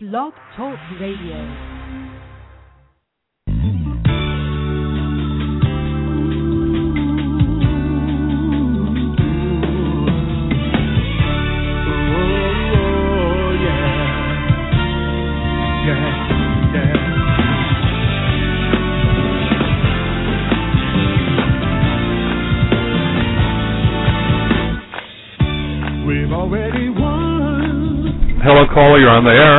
Blog Talk Radio. Hello, caller. You're on the air.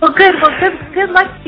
Well, good. Well, good. Good luck to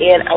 And I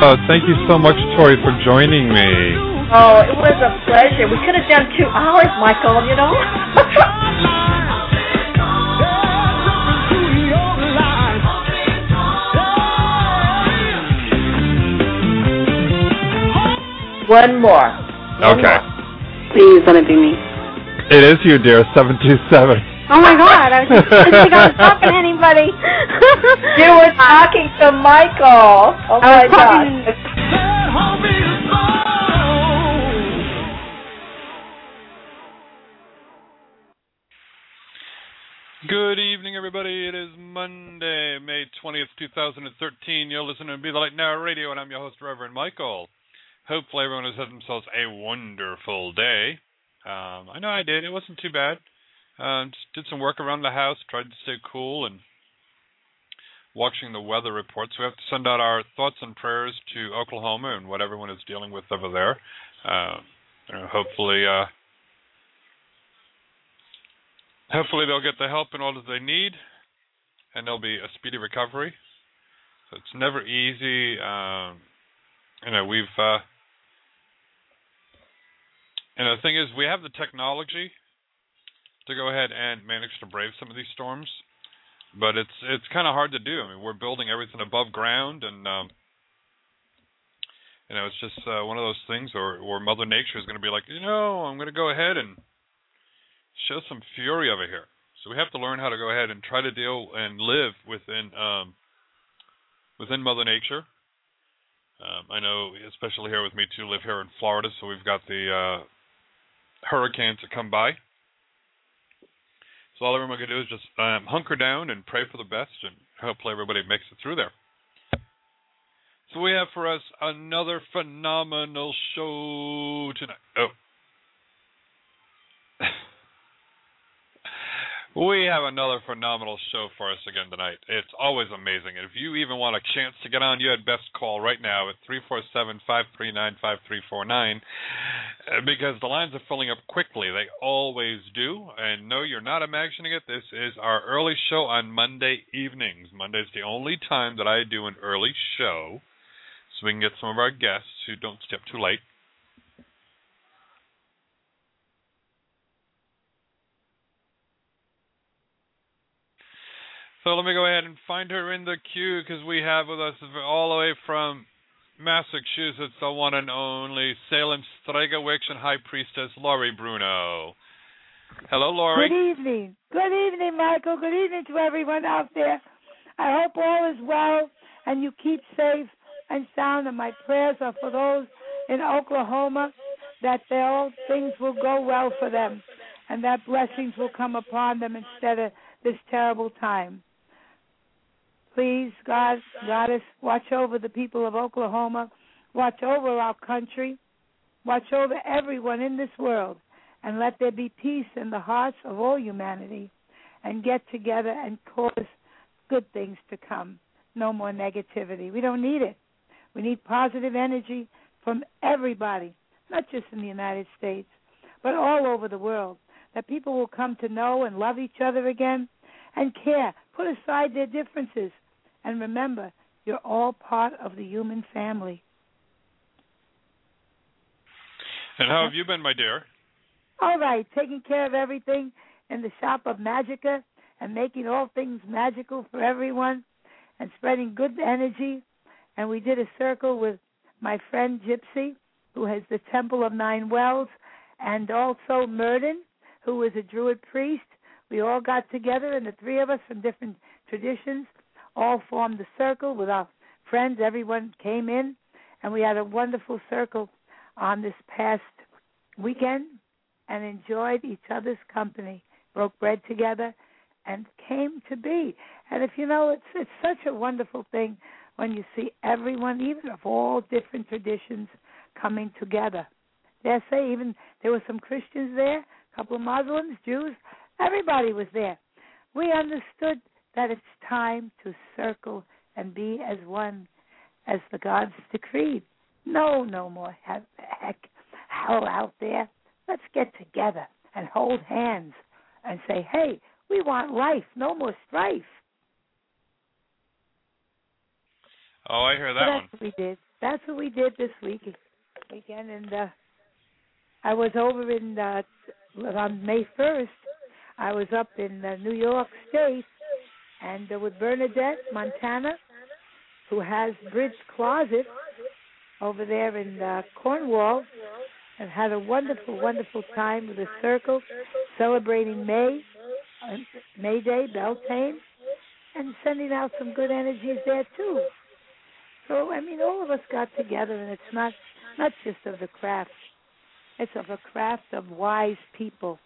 Uh, thank you so much, Tori, for joining me. Oh, it was a pleasure. We could have done two hours, Michael, you know? One more. Okay. Please let it be me. It is you, dear. Seven two seven. Oh my God! I was just I didn't think I was talking to anybody. you were talking to Michael. Oh, I my was talking. God. Good evening, everybody. It is Monday, May 20th, 2013. You're listening to Be the Light Now Radio, and I'm your host, Reverend Michael. Hopefully, everyone has had themselves a wonderful day. Um, I know I did. It wasn't too bad. Um, just did some work around the house, tried to stay cool, and watching the weather reports. We have to send out our thoughts and prayers to Oklahoma and what everyone is dealing with over there. Uh, you know, hopefully, uh, hopefully they'll get the help and all that they need, and there'll be a speedy recovery. So it's never easy. Um, you know, we've uh, and the thing is, we have the technology to go ahead and manage to brave some of these storms, but it's it's kind of hard to do. I mean, we're building everything above ground, and um, you know, it's just uh, one of those things where, where Mother Nature is going to be like, you know, I'm going to go ahead and show some fury over here. So we have to learn how to go ahead and try to deal and live within um, within Mother Nature, Um, I know, especially here with me too, live here in Florida, so we've got the uh, hurricanes that come by. So all everyone can do is just um, hunker down and pray for the best, and hopefully everybody makes it through there. So we have for us another phenomenal show tonight. Oh. we have another phenomenal show for us again tonight. It's always amazing. And if you even want a chance to get on, you had best call right now at 347 539 5349 uh, because the lines are filling up quickly. They always do. And no, you're not imagining it. This is our early show on Monday evenings. Monday's the only time that I do an early show so we can get some of our guests who don't stay up too late. So let me go ahead and find her in the queue because we have with us all the way from Massachusetts, the one and only Salem Stregowicz and High Priestess Laurie Bruno. Hello, Laurie. Good evening. Good evening, Michael. Good evening to everyone out there. I hope all is well and you keep safe and sound. And my prayers are for those in Oklahoma that their all things will go well for them and that blessings will come upon them instead of this terrible time. Please, God, Goddess, watch over the people of Oklahoma, watch over our country, watch over everyone in this world, and let there be peace in the hearts of all humanity, and get together and cause good things to come. No more negativity. We don't need it. We need positive energy from everybody, not just in the United States, but all over the world that people will come to know and love each other again and care. Put aside their differences and remember, you're all part of the human family. And how have you been, my dear? All right, taking care of everything in the shop of Magica and making all things magical for everyone and spreading good energy. And we did a circle with my friend Gypsy, who has the Temple of Nine Wells, and also Murden, who is a Druid priest. We all got together, and the three of us from different traditions all formed the circle with our friends. Everyone came in, and we had a wonderful circle on this past weekend and enjoyed each other's company, broke bread together, and came to be. And if you know, it's it's such a wonderful thing when you see everyone, even of all different traditions, coming together. Dare say, even there were some Christians there couple of Muslims, Jews, everybody was there. We understood that it's time to circle and be as one as the gods decreed. No, no more heck, heck hell out there. Let's get together and hold hands and say, hey, we want life, no more strife. Oh, I hear So that one. that's what we did. That's what we did this week weekend, and uh, I was over in uh, on May first. I was up in uh, New York State, and uh, with Bernadette Montana, who has Bridge Closet over there in uh, Cornwall, and had a wonderful, wonderful time with a circle celebrating May, uh, May Day, Beltane, and sending out some good energies there too. So I mean, all of us got together, and it's not not just of the craft; it's of a craft of wise people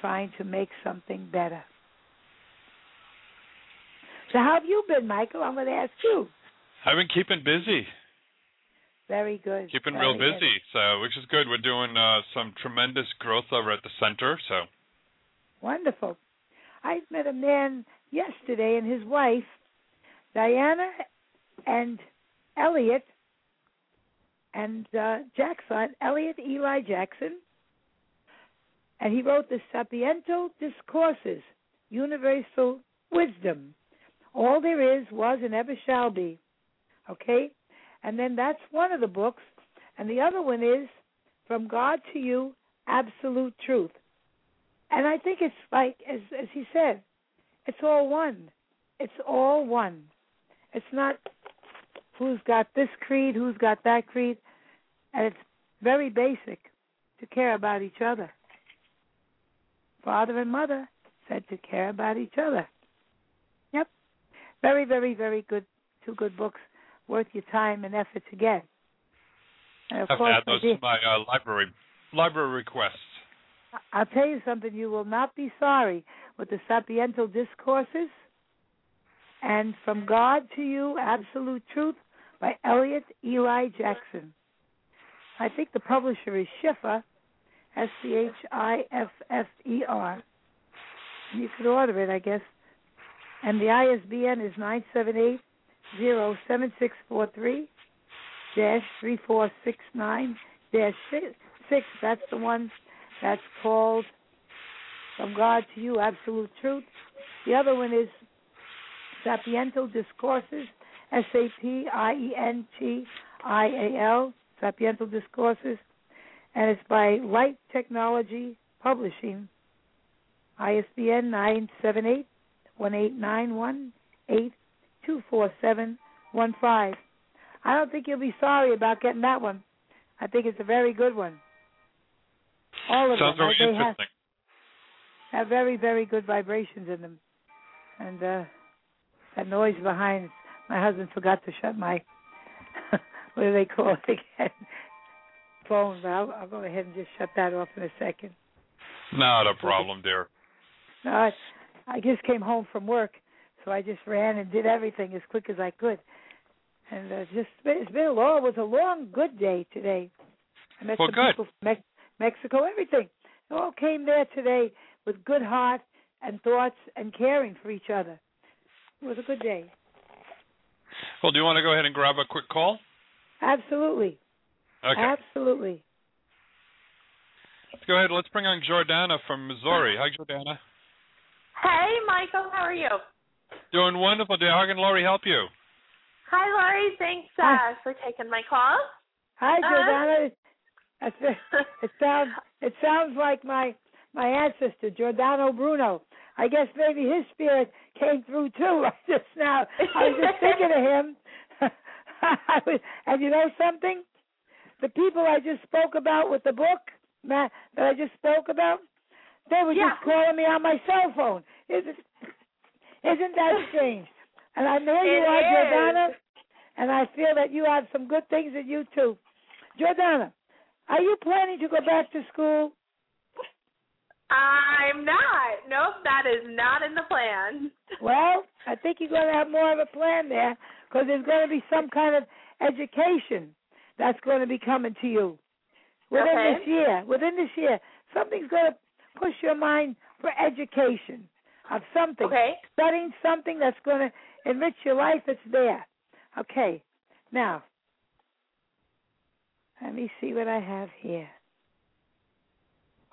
trying to make something better. So how have you been, Michael? I'm going to ask you. I've been keeping busy, Very good. keeping very real good. busy, so which is good. We're doing uh, some tremendous growth over at the center, so Wonderful. I met a man yesterday and his wife, Diana and Elliot, and uh, Jackson, Elliot Eli Jackson, and he wrote the Sapiental Discourses, Universal Wisdom. All there is, was, and ever shall be. Okay? And then that's one of the books. And the other one is From God to You, Absolute Truth. And I think it's like as as he said, it's all one. It's all one. It's not who's got this creed, who's got that creed, and it's very basic to care about each other. Father and mother said to care about each other. Yep. Very, very, very good two good books worth your time and effort to get. And have of to course, add those my dear- to my uh, library library requests. I'll tell you something, you will not be sorry with the Sapiental Discourses and From God to You, Absolute Truth by Elliot Eli Jackson. I think the publisher is Schiffer, S C H I F F E R. You could order it, I guess. And the ISBN is 978 07643 3469 6. That's the one that's called From God to You, Absolute Truth. The other one is Sapiental Discourses, S A P I E N T I A L, Sapiental Discourses, and it's by Light Technology Publishing, ISBN 978 1891 84715. I don't think you'll be sorry about getting that one. I think it's a very good one. All of Sounds them. very they have- interesting. have very, very good vibrations in them. And uh that noise behind my husband forgot to shut my what do they call it again? Phone, but I'll, I'll go ahead and just shut that off in a second. Not a problem, dear. No, I, I just came home from work, so I just ran and did everything as quick as I could. And uh, just it's been a long, it was a long, good day today. I met Well, some good. people from Mex- Mexico, everything. They all came there today with good heart and thoughts and caring for each other. It was a good day. Well, do you want to go ahead and grab a quick call? Absolutely, Okay. absolutely. Let's go ahead. Let's bring on Jordana from Missouri. Hi, Jordana. Hey, Michael, how are you? Doing wonderful, dear. How can Laurie help you? Hi, Laurie. Thanks Hi. uh, for taking my call. Hi, Uh, Jordana. That's it. It sounds it sounds like my my ancestor Giordano Bruno. I guess maybe his spirit came through too just now. I was just thinking of him. I was, and you know something? The people I just spoke about with the book ma that I just spoke about, they were Yeah. just calling me on my cell phone. Isn't isn't that strange? And I know you It are, is. Jordana, and I feel that you have some good things in you too. Jordana, are you planning to go back to school? I'm not. Nope, that is not in the plan. Well, I think you're going to have more of a plan there because there's going to be some kind of education that's going to be coming to you within Okay. this year. Within this year, something's going to push your mind for education of something, Okay. studying something that's going to enrich your life. That's there. Okay. Now, let me see what I have here.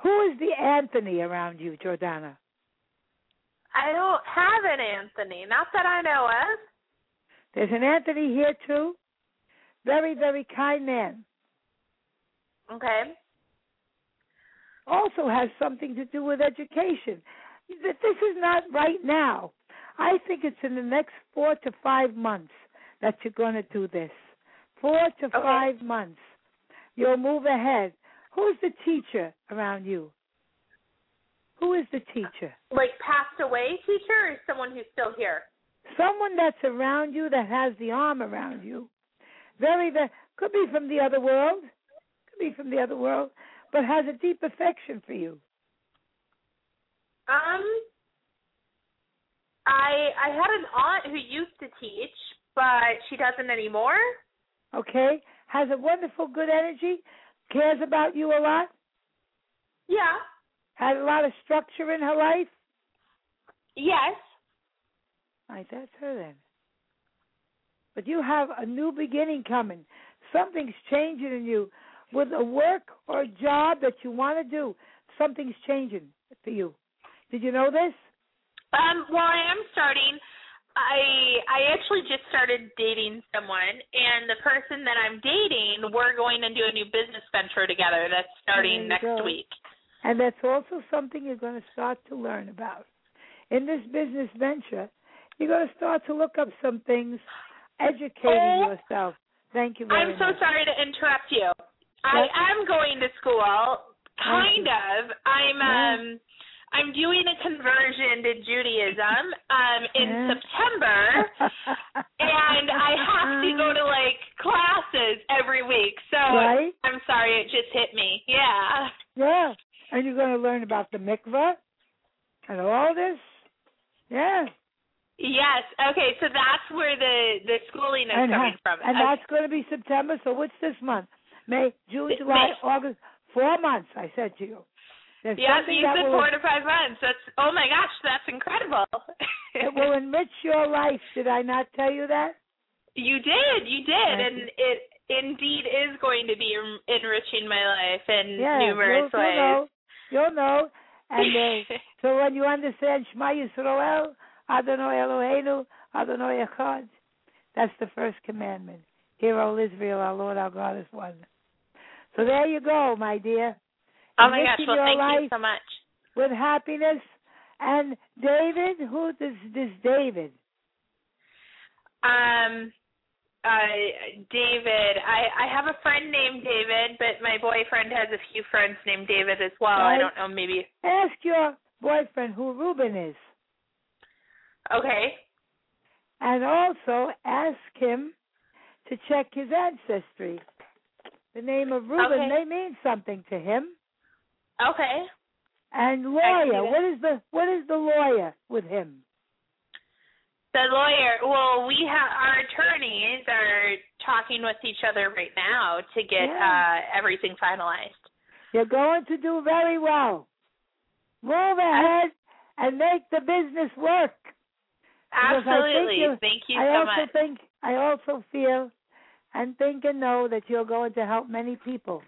Who is the Anthony around you, Jordana? I don't have an Anthony, not that I know of. There's an Anthony here too. Very, very kind man. Okay. Also has something to do with education. Th- This is not right now. I think it's in the next four to five months that you're going to do this. Four to Okay. five months. You'll move ahead. Who's the teacher around you? Who is the teacher? Like passed away teacher or someone who's still here? someone that's around you that has the arm around you. Very, very could be from the other world, could be from the other world, but has a deep affection for you. Um I I had an aunt who used to teach, but she doesn't anymore. Okay, has a wonderful, good energy, cares about you a lot, Yeah. had a lot of structure in her life. Yes. Right, that's her then. But you have a new beginning coming. Something's changing in you with a work or a job that you want to do. Something's changing for you. Did you know this? Um, well, I am starting. I I actually just started dating someone, and the person that I'm dating, we're going into a new business venture together that's starting There you next go. week. And that's also something you're going to start to learn about. In this business venture, you're going to start to look up some things, educating Oh. yourself. Thank you very I'm so much. sorry to interrupt you. I That's- am going to school, Thank kind you. of. I'm Yeah. um I'm doing a conversion to Judaism um in Yeah. September and I have to go to like classes every week. So Right. I'm sorry it just hit me. Yeah. Yeah. And you're going to learn about the mikvah and all this. Yeah. Yes. Okay, so that's where the the schooling is and coming ha- from. and Okay. that's going to be September. So what's this month? May, June, July, August. Four months, I said to you. There's yeah, something you that said will- four to five months. That's oh my gosh, that's incredible. It will enrich your life. Did I not tell you that? You did, you did, and it indeed is going to be en- enriching my life in Yeah, numerous you'll, ways. You'll know. You'll know. And uh, so when you understand Shema Yisrael, Adonai Eloheinu, Adonai Echad, that's the first commandment. Hear, O Israel, our Lord, our God is one. So there you go, my dear. Oh my Enriching gosh, well your thank life you so much. With happiness. And David, who this this David? Um uh David, I I have a friend named David, but my boyfriend has a few friends named David as well. I Right. don't know maybe Ask your boyfriend who Reuben is. Okay. and also ask him to check his ancestry. The name of Reuben Okay. may mean something to him. Okay. And I see lawyer, that. what is the what is the lawyer with him? The lawyer. Well, we have our attorneys are talking with each other right now to get Yeah. uh everything finalized. You're going to do very well. Move ahead and make the business work. Because I think Absolutely. Thank you I so also much. think I also feel and think and know that you're going to help many people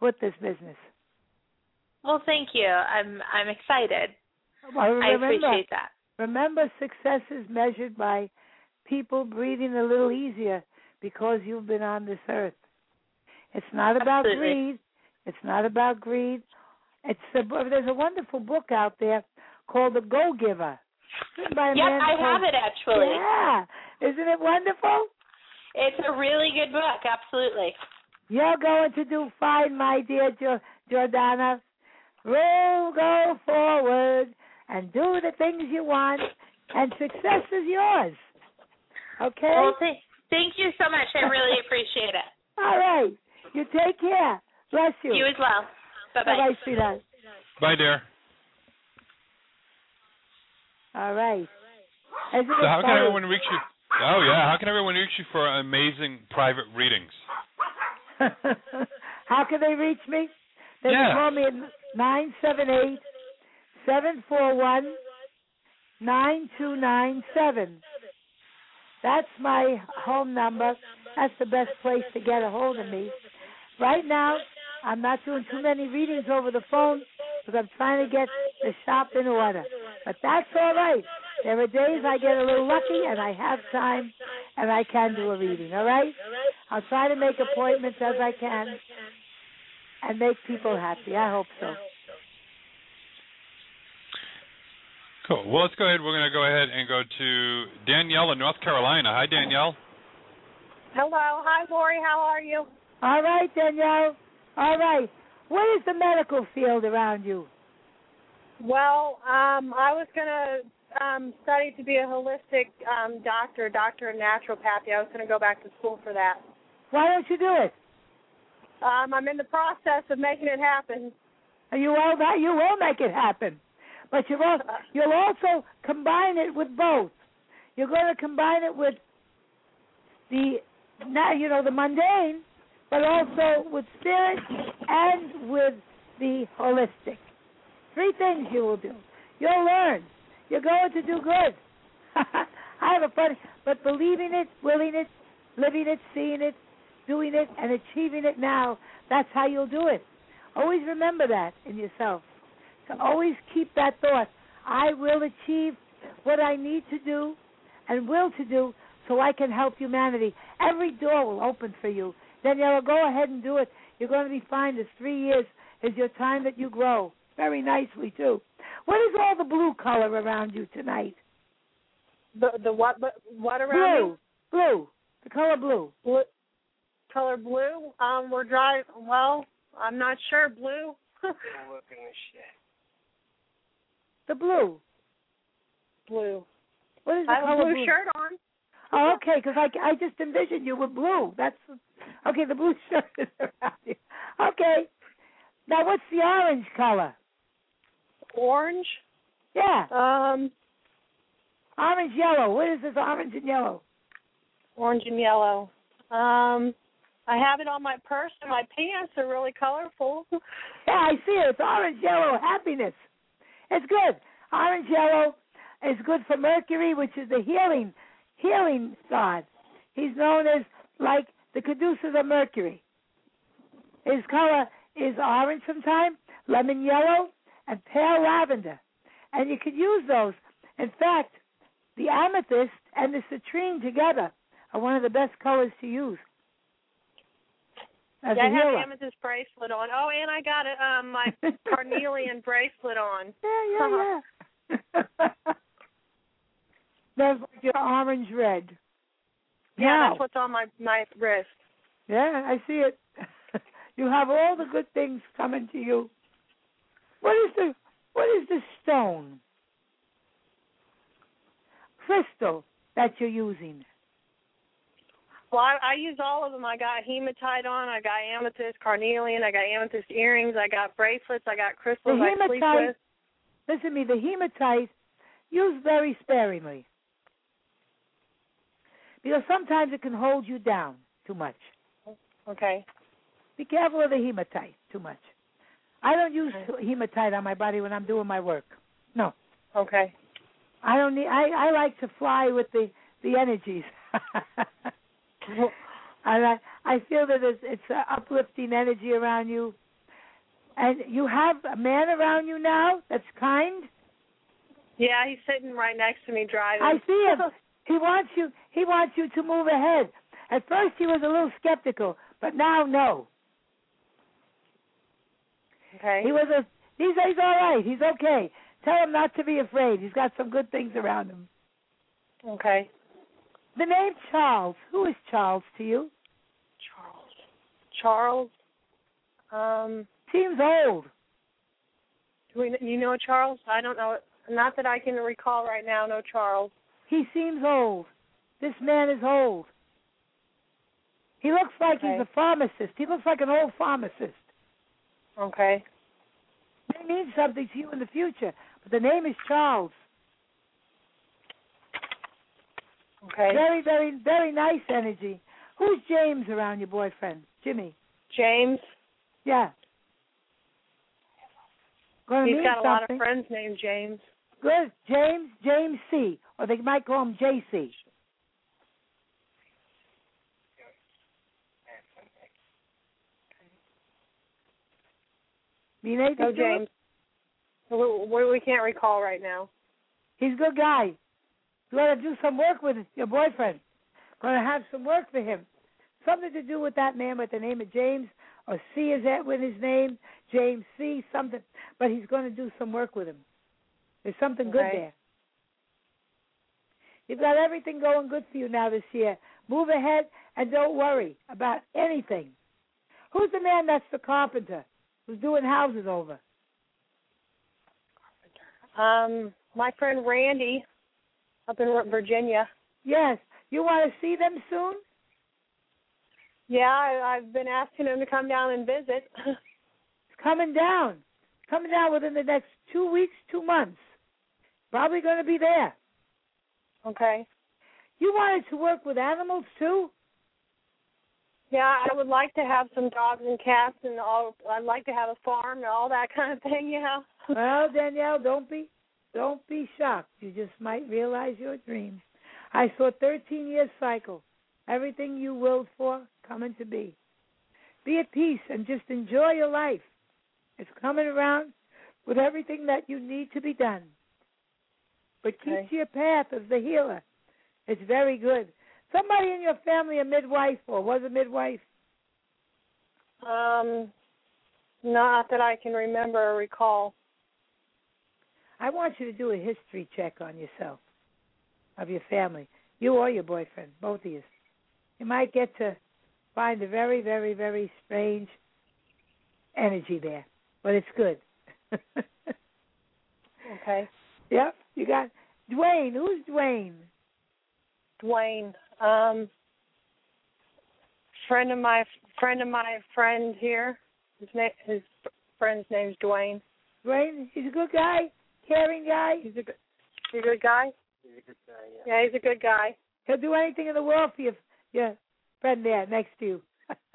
with this business. Well, thank you. I'm I'm excited. Well, I remember- appreciate that. Remember, success is measured by people breathing a little easier because you've been on this earth. It's not about Absolutely. greed. It's not about greed. It's a, bo- there's a wonderful book out there called The Go Giver. Yep, Yep, I have it actually. Yeah, isn't it wonderful? It's a really good book. Absolutely. You're going to do fine, my dear jo- Jordana. Roll, go forward, and do the things you want, and success is yours. Okay? Well, th- thank you so much. I really appreciate it. All right. You take care. Bless you. You as well. Bye Bye bye. bye, sweetheart. Bye, dear. All right. Isn't So it how can funny? everyone reach you? Oh yeah, how can everyone reach you for amazing private readings? How can they reach me? They Yeah. can call me at nine seven eight seven four one nine two nine seven. That's my home number. That's the best place to get a hold of me. Right now, I'm not doing too many readings over the phone because I'm trying to get the shop in order. But that's all right. There are days I get a little lucky and I have time and I can do a reading, all right? I'll try to make appointments as I can and make people happy. I hope so. Cool. Well, let's go ahead. We're going to go ahead and go to Danielle in North Carolina. Hi, Danielle. Hello. Hi, Lori. How are you? All right, Danielle. All right. What is the medical field around you? Well, um, I was going to um, study to be a holistic um, doctor, doctor of naturopathy. I was going to go back to school for that. Why don't you do it? Um, I'm in the process of making it happen. You will not, you will make it happen. But you will you'll also combine it with both. You're going to combine it with the now you know the mundane, but also with spirit and with the holistic. Three things you will do. You'll learn. You're going to do good. I have a funny, but believing it, willing it, living it, seeing it, doing it, and achieving it now, that's how you'll do it. Always remember that in yourself. So always keep that thought. I will achieve what I need to do and will to do so I can help humanity. Every door will open for you. Daniela, go ahead and do it. You're going to be fine. This three years is your time that you grow. Very nicely, too. What is all the blue color around you tonight? The the what what around Blue. Blue. The color blue. me? Blue, color blue. Um, we're dry. Well, I'm not sure. Blue. The blue. Blue. What is the I have a color blue blue? shirt on. Oh, okay, because I, I just envisioned you with blue. That's okay. The blue shirt is around you. Okay. Now, what's the orange color? Orange. Yeah. Um. Orange yellow. What is this orange and yellow? Orange and yellow. Um. I have it on my purse, and my pants are really colorful. Yeah, I see it. It's orange yellow happiness. It's good. Orange yellow is good for Mercury, which is the healing healing god. He's known as like the caduceus of Mercury. His color is orange sometimes, lemon yellow, and pale lavender. And you can use those. In fact, the amethyst and the citrine together are one of the best colors to use. As Yeah, I a have healer. amethyst bracelet on. Oh, and I got a, um my carnelian bracelet on. Yeah, yeah, yeah. That's like your orange red. Yeah, Now- that's what's on my my wrist. yeah, I see it. you have all the good things coming to you. What is the what is the stone crystal that you're using? Well, I, I use all of them. I got hematite on. I got amethyst, carnelian. I got amethyst earrings. I got bracelets. I got The crystals. I sleep hematite. with. Listen to me. The hematite used very sparingly because sometimes it can hold you down too much. Okay. Be careful of the hematite too much. I don't use hematite on my body when I'm doing my work. No. Okay. I don't need. I I like to fly with the the energies. and I I feel that it's it's an uplifting energy around you. And you have a man around you now that's kind. Yeah, he's sitting right next to me driving. I see him. He wants you. He wants you to move ahead. At first, he was a little skeptical, but now no. Okay. He was a. He's he's all right. He's okay. Tell him not to be afraid. He's got some good things around him. Okay. The name Charles. Who is Charles to you? Charles. Um. Seems old. Do we, you know Charles? I don't know. Not that I can recall right now. No Charles. He seems old. This man is old. He looks like he's Okay. a pharmacist. He looks like an old pharmacist. Okay. They mean something to you in the future, but the name is Charles. Okay. Very, very, very nice energy. Who's James around your boyfriend? Jimmy. James. Yeah. Gonna He's mean got a lot of something. friends named James. Good. James, James C. Or they might call him JC. Mean anything No to him? James. We, we- we can't recall right now. He's a good guy. You want to do some work with your boyfriend. Going to have some work for him. Something to do with that man with the name of James, or C is that with his name, James C, something. But he's going to do some work with him. There's something good Okay. there. You've got everything going good for you now this year. Move ahead and don't worry about anything. Who's the man that's the carpenter who's doing houses over? Um, my friend Randy up in Virginia. Yes. You want to see them soon? Yeah, I, I've been asking him to come down and visit. It's coming down. It's coming down within the next two weeks, two months. Probably going to be there. okay. You wanted to work with animals too? Yeah, I would like to have some dogs and cats and all. I'd like to have a farm and all that kind of thing. You know. Well, Danielle, don't be, don't be shocked. You just might realize your dream. I saw 13 year cycle. Everything you willed for coming to be. Be at peace and just enjoy your life. It's coming around with everything that you need to be done. But keep Okay. to your path as the healer. It's very good. Somebody in your family a midwife or was a midwife? Um, not that I can remember or recall. I want you to do a history check on yourself, of your family, you or your boyfriend, both of you. You might get to find a very, very, very strange energy there, but it's good. Okay. Yep. You got Dwayne. Who's Dwayne? Dwayne. Um, friend of my friend of my friend here. His name, his friend's name's Dwayne. Dwayne. He's a good guy, caring guy. He's a good. He's a good guy. He's a good guy, yeah. Yeah, he's a good guy. He'll do anything in the world for your your friend there next to you.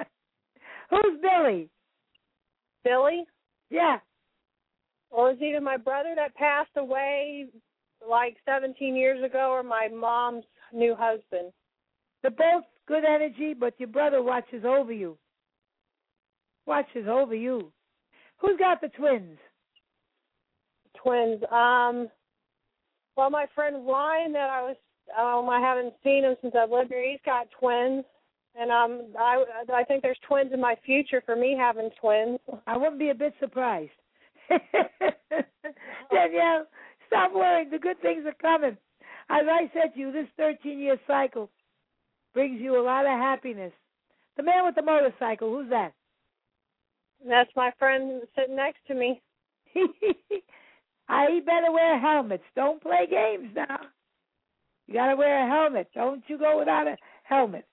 Who's Billy? Billy? Yeah. Well, it's either my brother that passed away like 17 years ago or my mom's new husband. They're both good energy, but your brother watches over you. Watches over you. Who's got the twins? Twins. Um. Well, my friend Ryan that I was um I haven't seen him since I've lived here. He's got twins, and um I I think there's twins in my future for me having twins. I wouldn't be a bit surprised. Danielle, stop worrying. The good things are coming. As I said to you, this 13 year cycle brings you a lot of happiness. The man with the motorcycle, who's that? That's my friend sitting next to me. I Ah, better wear helmets. Don't play games now. You got to wear a helmet. Don't you go without a helmet.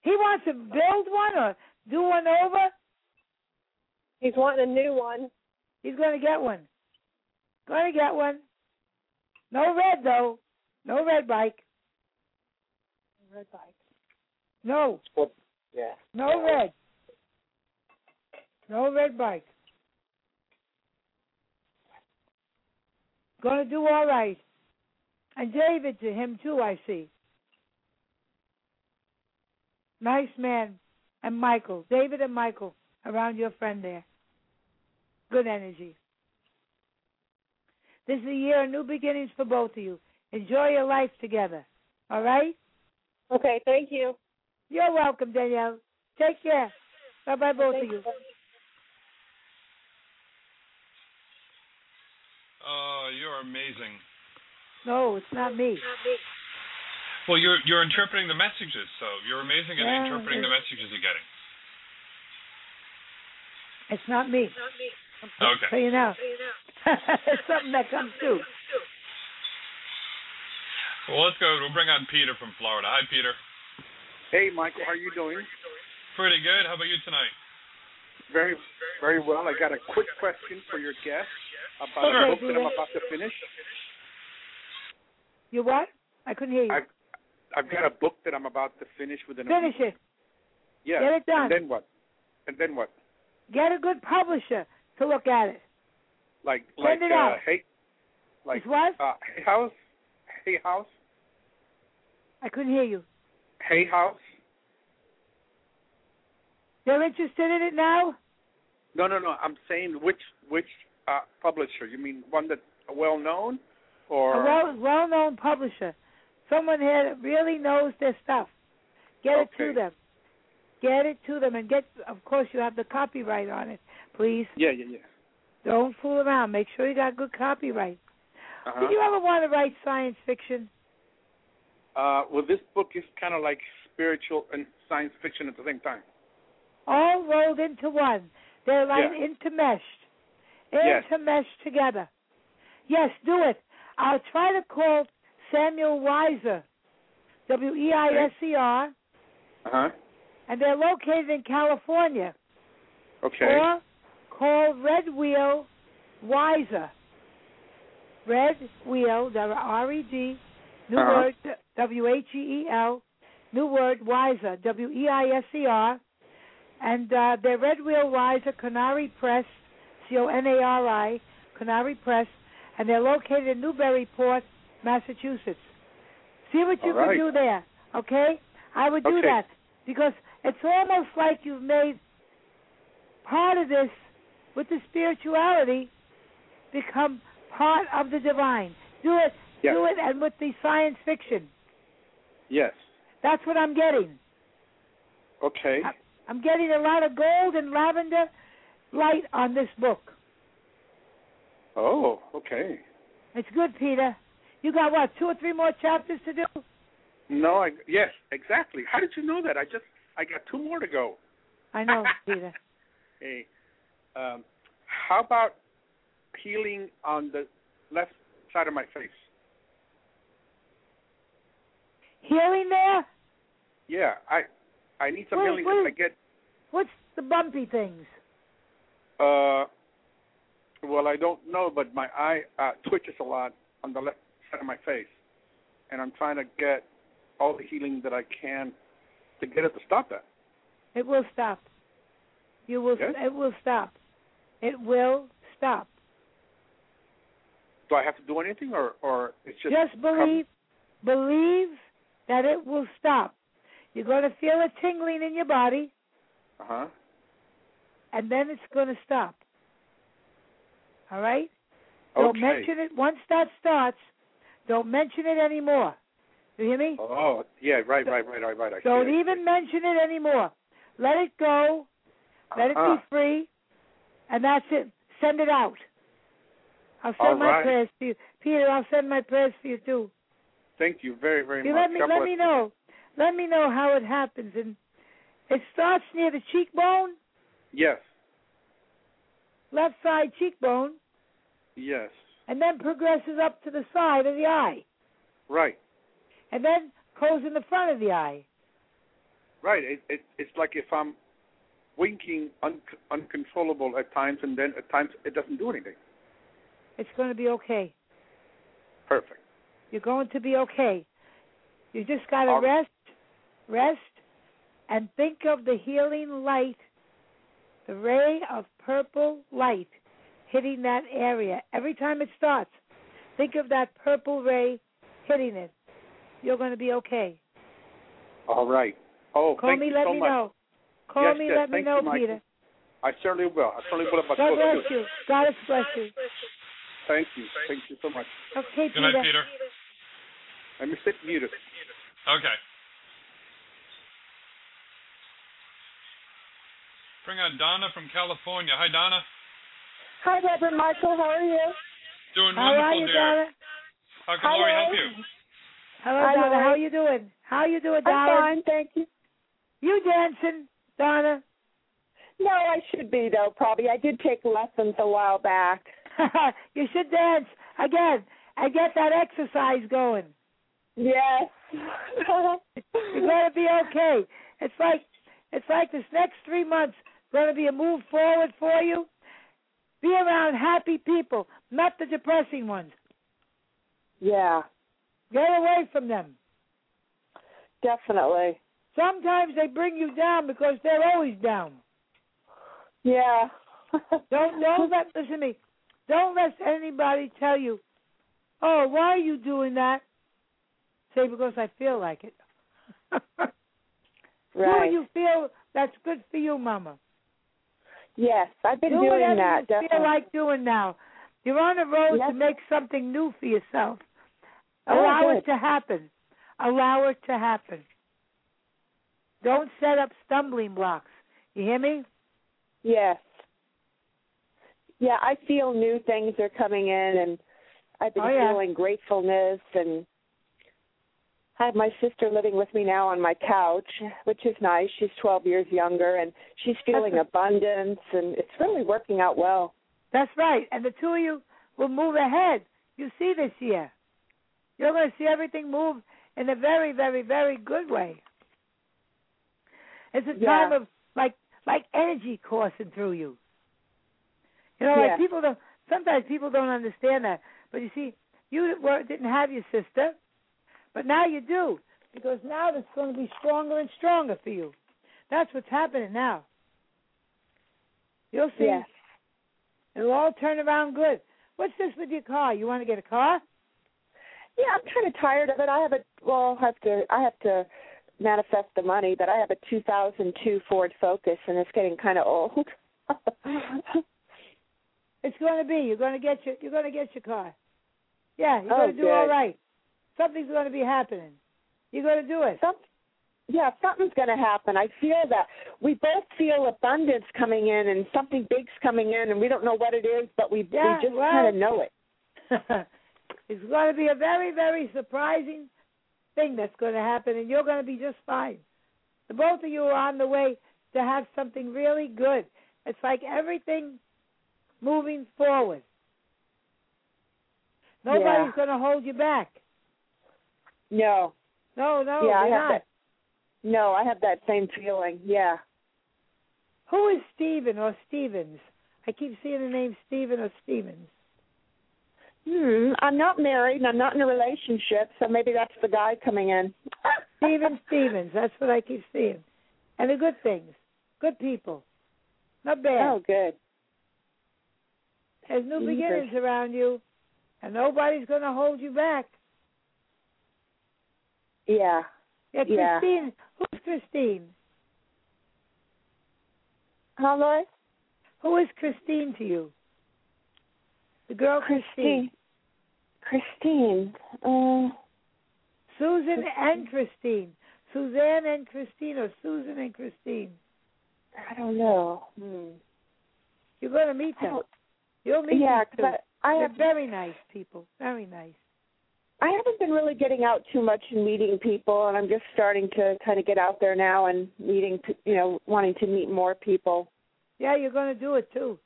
He wants to build one or do one over. He's wanting a new one. He's going to get one. Going to get one. No red, though. No red bike. Red bike. No. Well, yeah. No red. No red bike. Going to do all right. And David to him too, I see. Nice man. And Michael, David and Michael, around your friend there. Good energy. This is a year of new beginnings for both of you. Enjoy your life together. All right? Okay, thank you. You're welcome, Danielle. Take care. Bye bye, both Thank of you. Oh, you're amazing. No, it's not me. Well, you're you're interpreting the messages, so you're amazing at Yeah, interpreting the it- messages you're getting. It's not me. Okay. So you know. it's something that comes through. Well, let's go. We'll bring on Peter from Florida. Hi, Peter. Hey, Michael, how you doing? Pretty good. How about you tonight? Very, very well. I got a quick question for your guest about Okay, a book do that I'm that. about to finish. You what? I couldn't hear you. I- I've got a book that I'm about to finish within a Finish it. Yeah. Get it done. And then what? And then what? Get a good publisher to look at it. Like Send like it uh, out. hey, like It's what? uh, hey house, hey house, I couldn't hear you. hey house. They're interested in it now? No, no, no. I'm saying which which uh, publisher? You mean one that's well known, A or well well known publisher. Someone here that really knows their stuff. Get it to Okay. them. Get it to them and get of course you have the copyright on it. Please yeah, yeah, yeah. don't fool around. Make sure you got good copyright. Uh-huh. Did you ever want to write science fiction? Uh, well, this book is kind of like spiritual and science fiction at the same time. All rolled into one. They're like Yeah. intermeshed. Yes. Intermeshed together. Yes, do it. I'll try to call Samuel Weiser. W E I S E R. Uh huh. And they're located in California. Okay. Or call Red Wheel Wiser. Red Wheel, the R E D, new Uh-huh. word W H E E L, new word Wiser, W E I S E R, and uh, they're Red Wheel Wiser Canary Press, C O N A R I, Canary Press, and they're located in Newburyport, Massachusetts. See what you All right. can do there, okay? I would do Okay. that because it's almost like you've made part of this with the spirituality become part of the divine. Do it, Yeah. do it, and with the science fiction. Yes. That's what I'm getting. Okay. I- I'm getting a lot of gold and lavender light on this book. Oh, okay. It's good, Peter. You got what, two or three more chapters to do? No, I yes, exactly. How did you know that? I just I got two more to go. I know, Peter. Hey, um, how about peeling on the left side of my face. Healing there? Yeah, I I need some Wait, healing wait. I get What's the bumpy things? uh well I don't know but my eye uh twitches a lot on the left side of my face. And I'm trying to get all the healing that I can to get it to stop that. It will stop. You will. Yes? It will stop. It will stop. Do I have to do anything or or it's just Just believe, believe that it will stop. You're going to feel a tingling in your body, Uh huh. and then it's going to stop. All right? Okay. Don't mention it once that starts. Don't mention it anymore. You hear me? Oh yeah, right, right, right, right, right. I see Don't it. even mention it anymore. Let it go. Let Uh-huh. it be free. And that's it. Send it out. I'll send All my right. prayers to you. Peter, I'll send my prayers to you too. Thank you very, very You much. let me God let bless me you. know. Let me know how it happens and it starts near the cheekbone, Yes, left side cheekbone, yes, and then progresses up to the side of the eye. right, And then goes in the front of the eye. right. It, it it's like if I'm winking un, uncontrollable at times, and then at times it doesn't do anything. It's gonna be okay. Perfect. You're going to be okay. You just got to All right. rest, rest, and think of the healing light, the ray of purple light hitting that area. Every time it starts, think of that purple ray hitting it. You're going to be okay. All right. Oh, Call thank me, you let so me much. know. Call Yes, me, yes, let me thank know, you, Michael. Peter. I certainly will. I certainly will. About God both of bless you. God bless you. Thank you. Thank you so much. Okay, Good night, Peter. Let me sit muted. Okay. Bring on Donna from California. Hi, Donna. Hi, Reverend Michael. How are you? Doing How wonderful, are you, dear. Donna? How can Lori Hello. help you? Hello, Hi, Donna. How Lori. you doing? How you doing, Donna? I'm fine, thank you. You dancing, Donna? No, I should be though. Probably, I did take lessons a while back. you should dance again and get that exercise going. Yes. You're gonna be okay. It's like it's like this next three months gonna be a move forward for you. Be around happy people, not the depressing ones. Yeah, Get away from them. definitely. Sometimes they bring you down because they're always down. Yeah. don't don't let listen to me. Don't let anybody tell you, Oh, why are you doing that? Say because I feel like it. Do Right. what you feel that's good for you, Mama. Yes, I've been Do doing whatever that. you Definitely. feel like doing now. You're on the road Yes. to make something new for yourself. Oh, Allow good. it to happen. Allow it to happen. Don't set up stumbling blocks. You hear me? Yes. Yeah, I feel new things are coming in, and I've been Oh, yeah. feeling gratefulness. And I have my sister living with me now on my couch, which is nice. She's 12 years younger, and she's feeling That's- abundance, and it's really working out well. That's right. And the two of you will move ahead. You see this year. You're going to see everything move in a very, very, very good way. It's a Yeah. time of like like energy coursing through you. You know, Yeah. like people don't. Sometimes people don't understand that. But you see, you were, didn't have your sister, but now you do because now it's going to be stronger and stronger for you. That's what's happening now. You'll see. Yes. It'll all turn around good. What's this with your car? You want to get a car? Yeah, I'm kind of tired of it. I have a well, I have to I have to manifest the money, but I have a 2002 Ford Focus, and it's getting kind of old. It's going to be. You're going to get your. You're going to get your car. Yeah, you're Oh, going to do all good. right. Something's going to be happening. You're going to do it. Some, yeah, something's going to happen. I feel that. We both feel abundance coming in and something big's coming in, and we don't know what it is, but we, Yeah, we just well- kind of know it. it's going to be a very, very surprising thing that's going to happen, and you're going to be just fine. The both of you are on the way to have something really good. It's like everything moving forward. Nobody's going to hold you back. No. No, no, yeah, I you're have not. That, no, I have that same feeling. Yeah. Who is Steven or Stevens? I keep seeing the name Steven or Stevens. Hmm. I'm not married and I'm not in a relationship, so maybe that's the guy coming in. Steven Stevens. That's what I keep seeing. And the good things, good people, not bad. Oh, good. There's new Jesus. beginnings around you, and nobody's going to hold you back. Yeah. Yeah, Yeah. Christine. Who's Christine? Hello. Who is Christine to you? The girl Christine. Christine. Uh, Susan and Christine. Suzanne and Christine, or Susan and Christine. I don't know. Hmm. You're going to meet them. You'll meet Yeah, them. too. 'cause I- I They're have- very nice people. Very nice. I haven't been really getting out too much and meeting people, and I'm just starting to kind of get out there now and meeting, p- you know, wanting to meet more people. Yeah, you're going to do it too.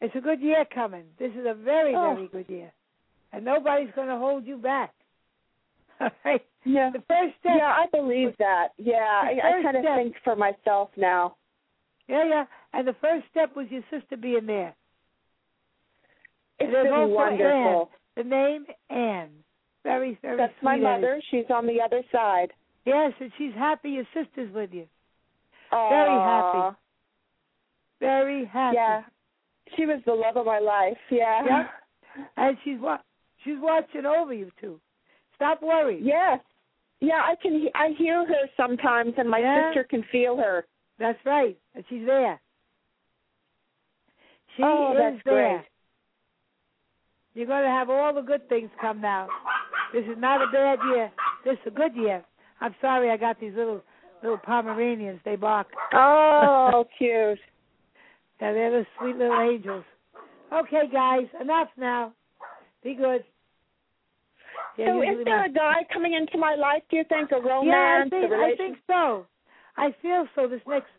It's a good year coming. This is a very, Oh. very good year, and nobody's going to hold you back. All right. Yeah. The first step. Yeah, I believe that. Yeah, I, The I first kind of step- think for myself now. Yeah, yeah. And the first step was your sister being there. It's There's been also wonderful. Ann. The name Anne. Very, very. That's my sweet Anne. mother. She's on the other side. Yes, and she's happy. Your sister's with you. Very Aw. happy. Very happy. Yeah. She was the love of my life. Yeah. Yeah. And she's wa- she's watching over you two. Stop worrying. Yes. Yeah, I can. he- I hear her sometimes, and my Yeah. sister can feel her. That's right. And she's there. She Oh, is that's there. great. You're going to have all the good things come now. This is not a bad year. This is a good year. I'm sorry I got these little little Pomeranians. They bark. Oh, cute. Yeah, they're the sweet little angels. Okay, guys, enough now. Be good. Yeah, so, usually is there my- a guy coming into my life? Do you think a yeah, romance, I think, a I think relationship? so. I feel so. This next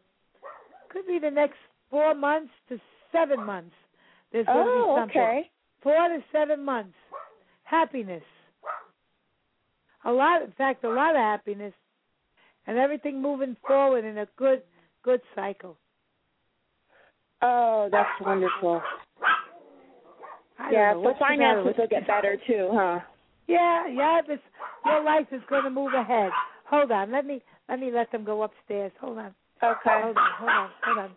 could be the next four months to seven months. There's going to Oh, be something. okay. Four to seven months. Happiness. A lot, in fact, a lot of happiness, and everything moving forward in a good, good cycle. Oh, that's wonderful. I Yeah, so don't know. What's the matter finances with will get you? better too, huh? Yeah, yeah, but your life is going to move ahead. Hold on, let me let me let them go upstairs. Hold on. Okay. Hold on, hold on, hold on,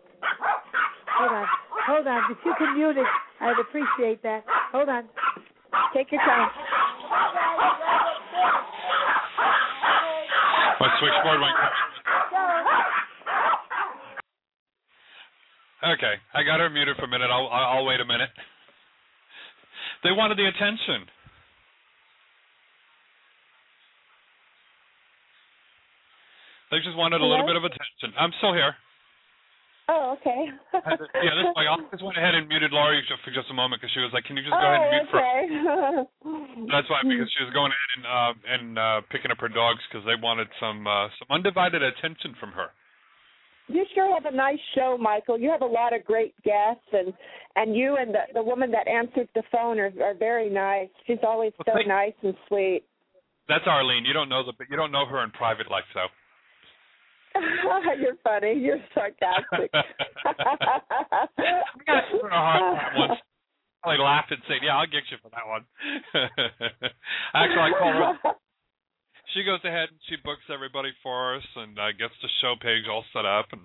hold on, hold on. If you can mute it, I'd appreciate that. Hold on. Take your time. My switchboard went. Okay, I got her muted for a minute. I'll I'll I'll wait a minute. They wanted the attention. They just wanted a little Hello? bit of attention. I'm still here. Oh, okay. Yeah, this my office went ahead and muted Laurie ju- for just a moment because she was like, "Can you just go ahead Oh, and mute for?" oh, okay. That's why because she was going ahead and uh, and uh, picking up her dogs because they wanted some uh, some undivided attention from her. You sure have a nice show, Michael. You have a lot of great guests, and and you and the, the woman that answered the phone are are very nice. She's always so nice and sweet. That's Arlene. You don't know the, but you don't know her in private life though. You're funny. You're sarcastic. I got her a hard time once. Probably laughed and said, "Yeah, I'll get you for that one." Actually, I called her. up. She goes ahead and she books everybody for us and uh, gets the show page all set up and.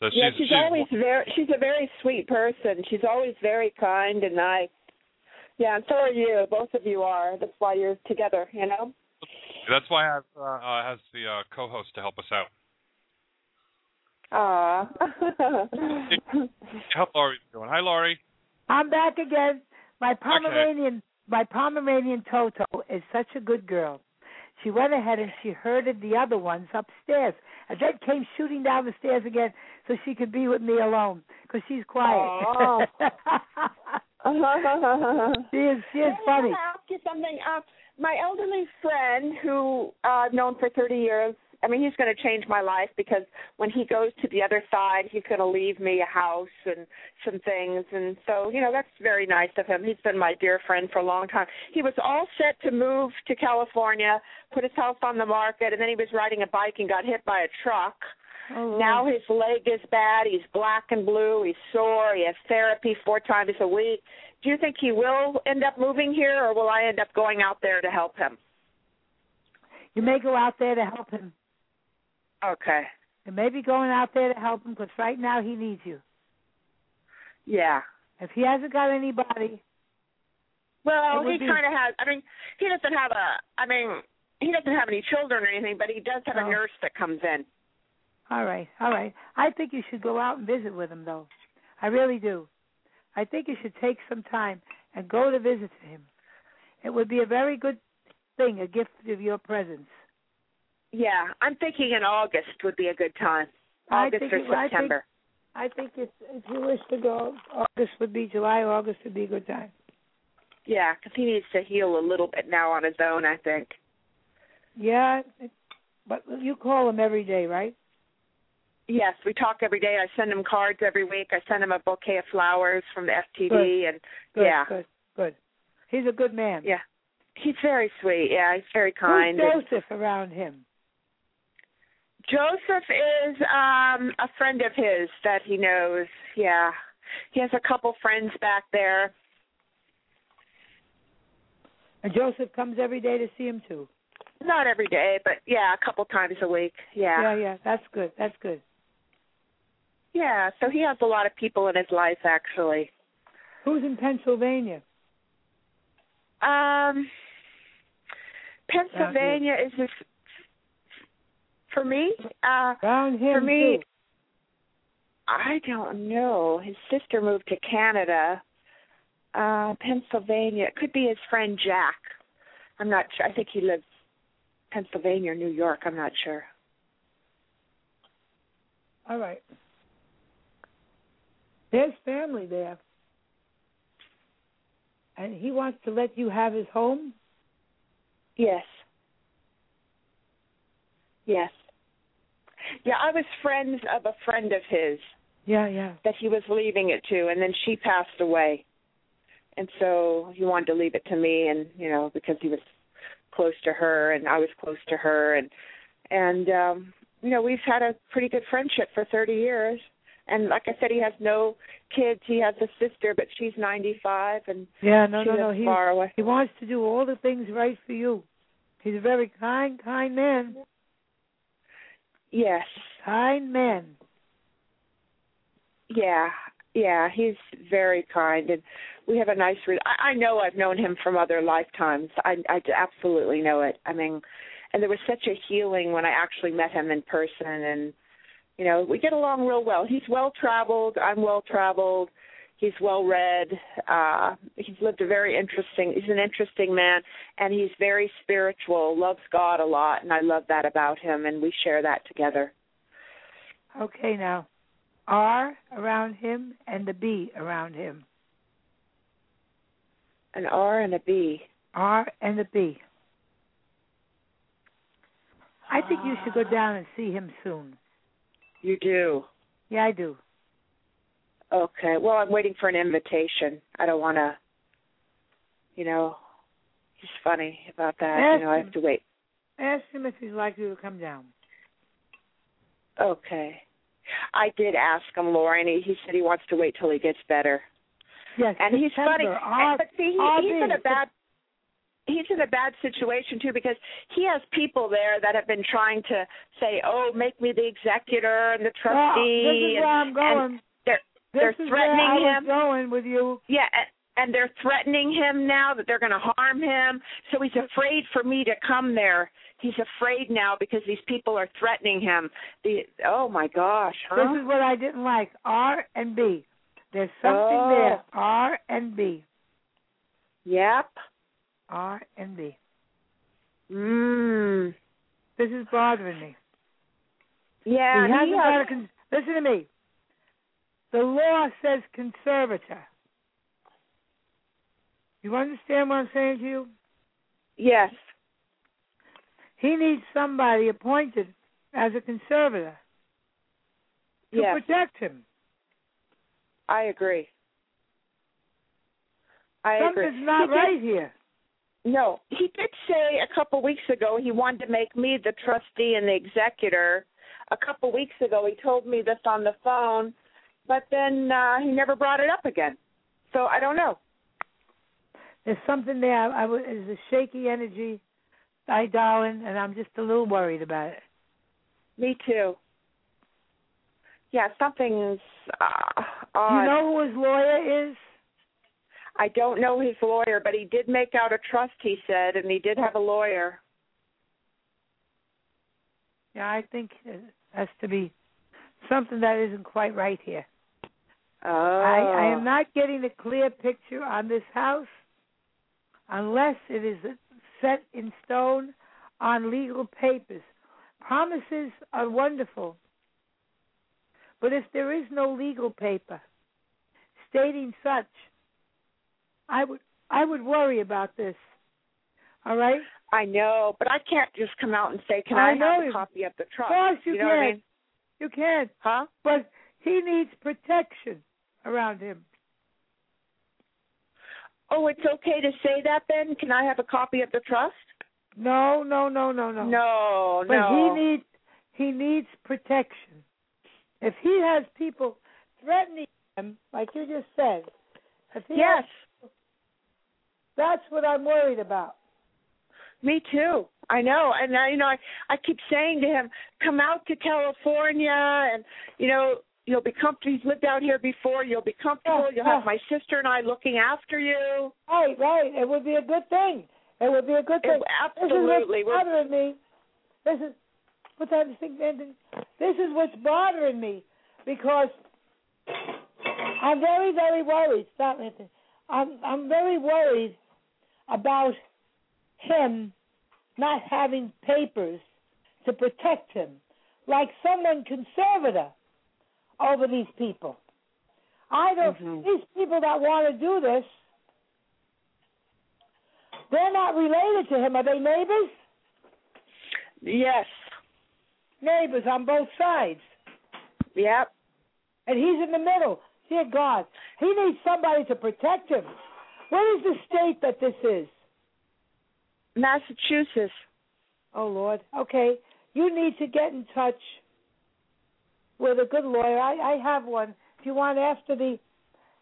So she's, yeah, she's, always very. She's a very sweet person. She's always very kind and nice. Yeah, and so are you. Both of you are. That's why you're together. You know. That's why I have uh, uh, has the uh, co-host to help us out. Aw. Help Laurie's doing. Hi, Laurie. I'm back again. My Pomeranian, my Pomeranian Toto is such a good girl. She went ahead and she herded the other ones upstairs, and then came shooting down the stairs again so she could be with me alone because she's quiet. Oh. she is, she is Hey, funny. Um, I want to ask you something. Uh, my elderly friend, who uh, I've known for 30 years, I mean, he's going to change my life because when he goes to the other side, he's going to leave me a house and some things. And so, you know, that's very nice of him. He's been my dear friend for a long time. He was all set to move to California, put his house on the market, and then he was riding a bike and got hit by a truck. Oh, Now his leg is bad. He's black and blue. He's sore. He has therapy four times a week. Do you think he will end up moving here, or will I end up going out there to help him? You may go out there to help him. Okay. You may be going out there to help him because right now he needs you. Yeah. If he hasn't got anybody, Well, It would he be- kind of has. I mean, he doesn't have a. I mean, he doesn't have any children or anything, but he does have Oh. a nurse that comes in. all right, all right. I think you should go out and visit with him, though. I really do. I think you should take some time and go to visit him. It would be a very good thing, a gift of your presence. Yeah, I'm thinking in August would be a good time. I August think or it- I think- September. I think if, if you wish to go, August would be July. August would be a good time. Yeah, because he needs to heal a little bit now on his own. I think. Yeah, it- but you call him every day, right? Yes, we talk every day. I send him cards every week. I send him a bouquet of flowers from the FTD, Good. and Good, yeah, good, good. He's a good man. Yeah, he's very sweet. Yeah, he's very kind. Who's and- Joseph around him? Joseph is um a friend of his that he knows. Yeah. He has a couple friends back there. And Joseph comes every day to see him too. Not every day, but yeah, a couple times a week. Yeah. yeah, yeah. That's good. That's good. Yeah, so he has a lot of people in his life actually. Who's in Pennsylvania? Um Pennsylvania is this for me? Uh around him for me too. I don't know. His sister moved to Canada. Uh Pennsylvania. It could be his friend Jack. I'm not sure. I think he lives Pennsylvania or New York, I'm not sure. All right. There's family there. And he wants to let you have his home? Yes. Yes. Yeah, I was friends of a friend of his Yeah, yeah. that he was leaving it to and then she passed away. And so he wanted to leave it to me and you know, because he was close to her and I was close to her and and um you know, we've had a pretty good friendship for 30 years. And like I said, he has no kids. He has a sister, but she's 95 and Yeah, no, she no, no. lives He, far away. he wants to do all the things right for you. He's a very kind, kind man. Yes. Kind man. Yeah, yeah, he's very kind, and we have a nice. Re- I, I know I've known him from other lifetimes. I, I absolutely know it. I mean, and there was such a healing when I actually met him in person, and you know, we get along real well. He's well traveled. I'm well traveled. He's well read. Uh, he's lived a very interesting. He's an interesting man, and he's very spiritual. Loves God a lot, and I love that about him. And we share that together. Okay, now. R around him and the B around him. An R and a B. R and the B. I think you should go Ah. down and see him soon. You do. Yeah, I do. Okay. Well, I'm waiting for an invitation. I don't want to, you know, he's funny about that. Ask you know, I him. have to wait. Ask him if he'd like you to come down. Okay. I did ask him, Laura, and he, he said he wants to wait till he gets better. Yes, and he's funny. September, R- but see, he, RB. he's in a bad he's in a bad situation too because he has people there that have been trying to say, "Oh, make me the executor and the Well, trustee." this is and, where I'm going. and they're This they're is where threatening I was him. going with you. Yeah, a- and they're threatening him now that they're going to harm him. So he's afraid for me to come there. He's afraid now because these people are threatening him. The oh my gosh, huh? This is what I didn't like. R and B. There's something Oh. there. R and B. Yep. R and B. Mm. This is bothering me. Yeah, he and hasn't he got has- a con- listen to me. The law says conservator. You understand what I'm saying to you? Yes. He needs somebody appointed as a conservator to Yes. protect him. I agree. I Something's agree. not He did- right here. No, he did say a couple weeks ago he wanted to make me the trustee and the executor. A couple weeks ago, he told me this on the phone, but then uh, he never brought it up again. So I don't know. There's something there. I, I w- is a shaky energy, I darling, and I'm just a little worried about it. Me too. Yeah, something's uh, You odd. know who his lawyer is? I don't know his lawyer, but he did make out a trust. He said, and he did have a lawyer. Yeah, I think it has to be something that isn't quite right here. Oh. I, I am not getting a clear picture on this house unless it is set in stone on legal papers. Promises are wonderful, but if there is no legal paper stating such, I would I would worry about this. All right? I know, but I can't just come out and say, "Can I I, know have you- a copy of the Of trust?" course you, know can. what I mean? You can. Huh? But he needs protection around him. Oh, it's okay to say that then? Can I have a copy of the trust? No, no, no, no, no. No, But no. he needs he needs protection. If he has people threatening him, like you just said, if he Yes. has- that's what I'm worried about. Me too. I know. And I you know, I, I keep saying to him, Come out to California and you know, you'll be comfortable he's lived out here before, you'll be comfortable, Yeah, you'll have yeah. my sister and I looking after you. Right, right. It would be a good thing. It would be a good It- thing. absolutely. This is what's We're- bothering me. This is what I'm thinking. This is what's bothering me because I'm very, very worried. Stop, Anthony. I'm I'm very worried about him not having papers to protect him, like someone conservator over these people. I don't. Mm-hmm. These people that want to do this, they're not related to him. Are they neighbors? Yes. Neighbors on both sides. Yep. And he's in the middle. Dear God, he needs somebody to protect him. What is the state that this is? Massachusetts. Oh Lord. Okay. You need to get in touch with a good lawyer. I, I have one. If you want after the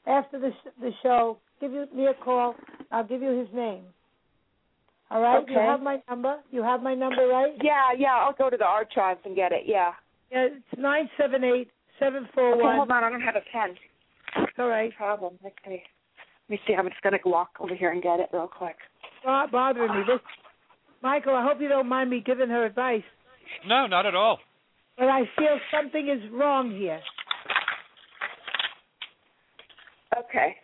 after the sh- the show, give you, me a call. I'll give you his name. All right. You Okay. have my number. You have my number, right? Yeah, yeah, I'll go to the archives and get it, yeah. Yeah, it's nine seven eight seven four Okay, one. hold on, I don't have a pen. All right. Problem. Okay. Let me see, I'm just gonna walk over here and get it real quick. Bo- bothering me. This, Michael, I hope you don't mind me giving her advice, No, not at all. but I feel something is wrong here. Okay.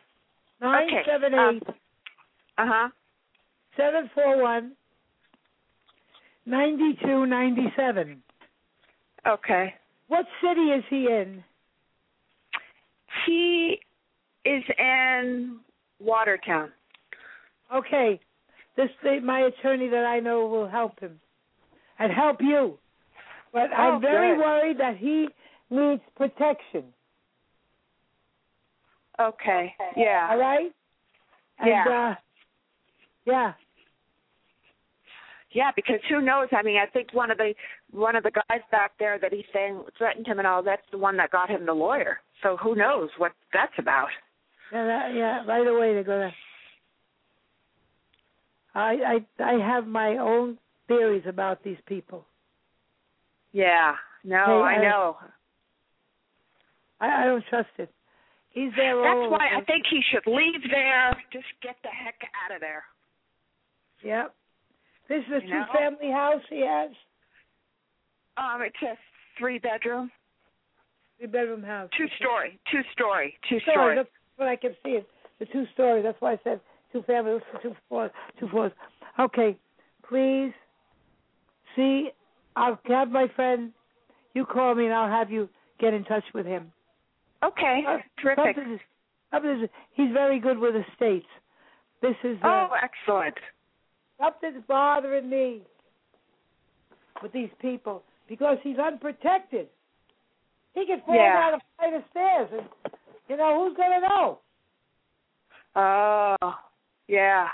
Nine Okay, seven um, eight Uh huh. seven four one ninety two ninety seven. Okay. What city is he in? He is in Watertown. Okay, this the, my attorney that I know will help him and help you. But Oh, I'm very good. worried that he needs protection. Okay. Yeah. All right. And, Yeah. Uh, yeah. Yeah, because who knows? I mean, I think one of the one of the guys back there that he's saying threatened him and all. That's the one that got him the lawyer. So who knows what that's about? Yeah, that, yeah, right away they're gonna. I I I have my own theories about these people. Yeah. No, Hey, I I- know. I I don't trust it. He's there That's all why over. I think he should leave there. Just get the heck out of there. Yep. This is a You know? two-family house he has. Um, it's a three bedroom, Three-bedroom house. two story, two story, two Sorry, story. that's what I kept seeing. The two stories. That's why I said two families, two floors, two floors. Okay, please see. I'll have my friend. You call me and I'll have you get in touch with him. Okay. Uh, Terrific. something is- something is- he's very good with estates. This is uh, Oh, excellent. something's bothering me with these people because he's unprotected. He could fall Yeah. down a flight of stairs, and you know who's gonna know? Oh, yeah.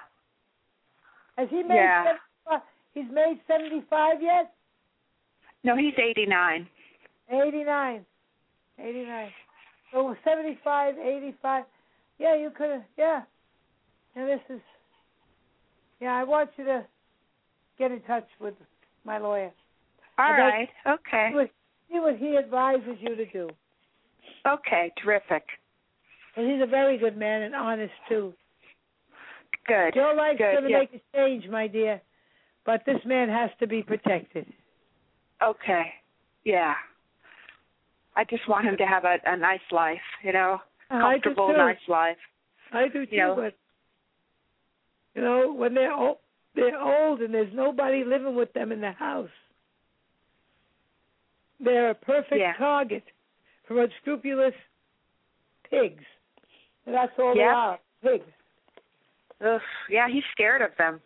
Has he made Yeah. 75, he's made seventy five yet? No, he's 89. Eighty nine. Eighty nine. So seventy five, eighty five. Yeah, you could have yeah. Now this is yeah, I want you to get in touch with my lawyer. All About- right. Okay. See what, see what he advises you to do. Okay. Terrific. But he's a very good man and honest too. Good. Your life's Good, gonna yeah. make a change, my dear. But this man has to be protected. Okay. Yeah. I just want him to have a, a nice life, you know, Uh, I do comfortable, too. nice life. I do too, Yeah. but you know, when they're old, they're old and there's nobody living with them in the house, they're a perfect Yeah. target for unscrupulous pigs. And that's all they Yeah. are, pigs. Ugh, yeah, he's scared of them.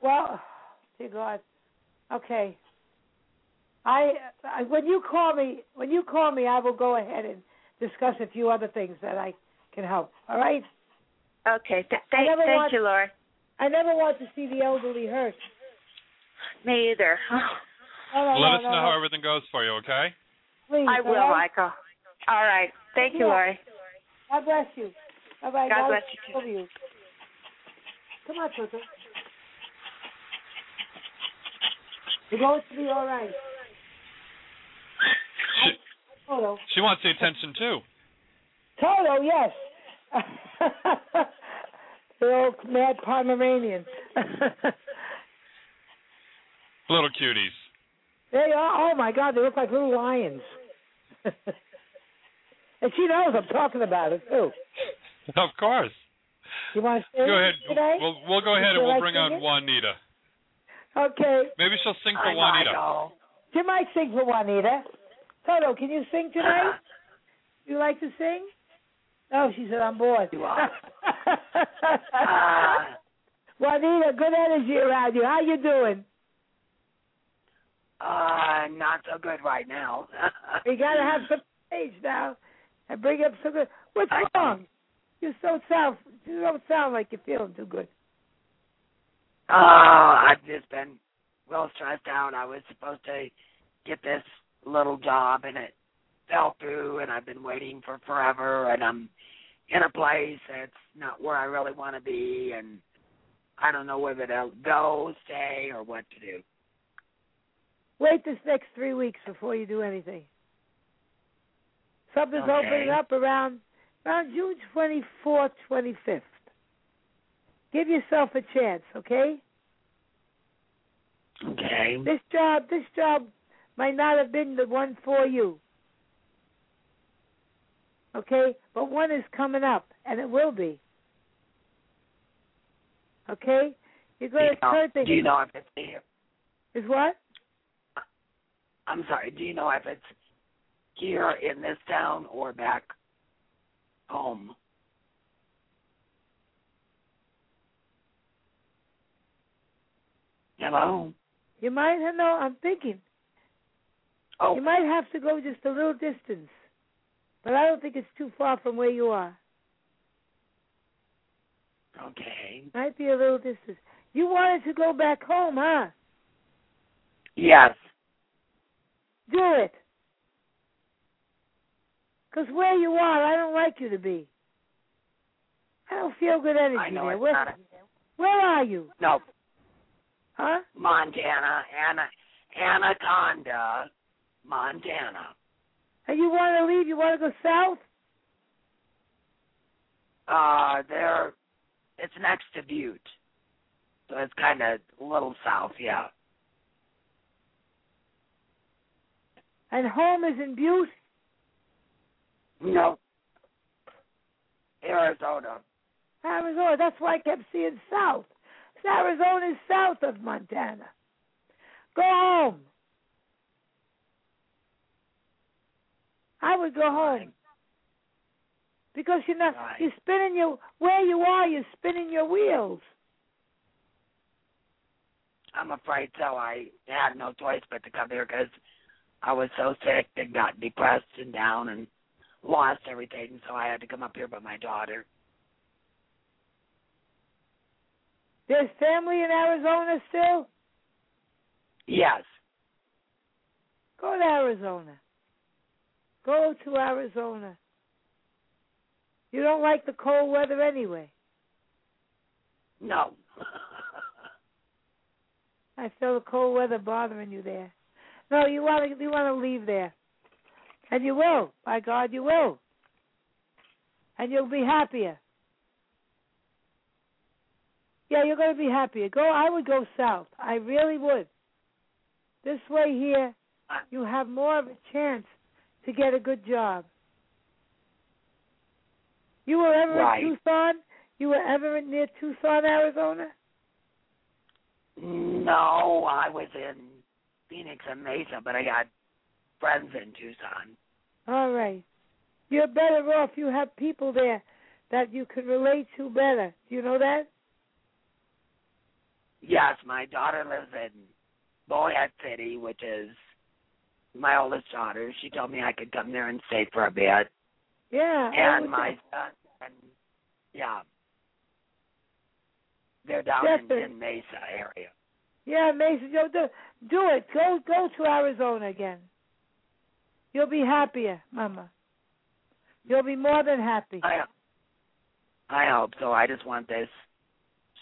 Well, dear God, okay. I, I when you call me, when you call me, I will go ahead and discuss a few other things that I can help. All right. Okay. Th- I thank, never thank want- you, Laura. I never want to see the elderly hurt. Me either. No, no, Let no, us no, know no. how everything goes for you, okay? Please, I will, all right? Michael. All right. Thank you, Yeah. Laura. God bless you. Bye bye. God bless you, Love you. Come on, Toto. You're going to be all right. She, Toto. she wants the attention too. Toto, yes. the old mad Pomeranian. Little cuties. they are. Oh my God, they look like little lions. and she knows I'm talking about it too. Of course. You want to Go stay with me ahead. today? We'll, we'll go ahead and Should I we'll bring sing on it? Juanita. Okay. Maybe she'll sing for Hi, Juanita. Michael. You might sing for Juanita. Toto, can you sing tonight? You like to sing? Oh, she said I'm bored. You are. Juanita, good energy around you. How you doing? Uh, not so good right now. We gotta have some stage now and bring up some good. What's wrong? You so sound. You don't sound like you're feeling too good. Uh, I've just been well stressed out. I was supposed to get this little job and it fell through and I've been waiting for forever and I'm in a place that's not where I really want to be and I don't know whether to go, stay or what to do. Wait this next three weeks before you do anything. Something's Okay. opening up around around June twenty fourth, twenty fifth. Give yourself a chance, okay? Okay. This job, this job might not have been the one for you. Okay, but one is coming up, and it will be. Okay, you're Do you going to know, turn things. do you know if it's here? Is what? I'm sorry, do you know if it's here in this town or back home? Hello? You might have. No, I'm thinking. Oh. You might have to go just a little distance, but I don't think it's too far from where you are. Okay. Might be a little distance. You wanted to go back home, huh? Yes. Do it. Because where you are, I don't like you to be. I don't feel good energy I know there. it's Where, not a, where are you? no Huh? Montana, Ana, Anaconda, Montana. And you want to leave? You want to go south? Uh, there, it's next to Butte, so it's kind of a little south. Yeah. And home is in Butte? No. Arizona. Arizona. That's why I kept seeing south. Arizona is south of Montana. Go home. I would go home. Because you're not Right. you're spinning your where you are, you're spinning your wheels. I'm afraid so. I had no choice but to come here because I was so sick and got depressed and down and lost everything, so I had to come up here by my daughter. There's family in Arizona still? Yes. Go to Arizona. Go to Arizona. You don't like the cold weather anyway. No. I feel the cold weather bothering you there. No, you want to you want to leave there, and you will. By God, you will, and you'll be happier. Yeah, you're going to be happier. Go. I would go south. I really would. This way here, you have more of a chance to get a good job. You were ever Right. in Tucson? You were ever in near Tucson, Arizona? No, I was in Phoenix and Mesa, but I got friends in Tucson. All right. You're better off. You have people there that you can relate to better. Do you know that? Yes, my daughter lives in Boyette City, which is my oldest daughter. She told me I could come there and stay for a bit. Yeah. I would and my think- son and yeah. They're down Definitely. in, in Mesa area. Yeah, Mason, yo, do do it. Go go to Arizona again. You'll be happier, Mama. You'll be more than happy. I I hope so. I just want this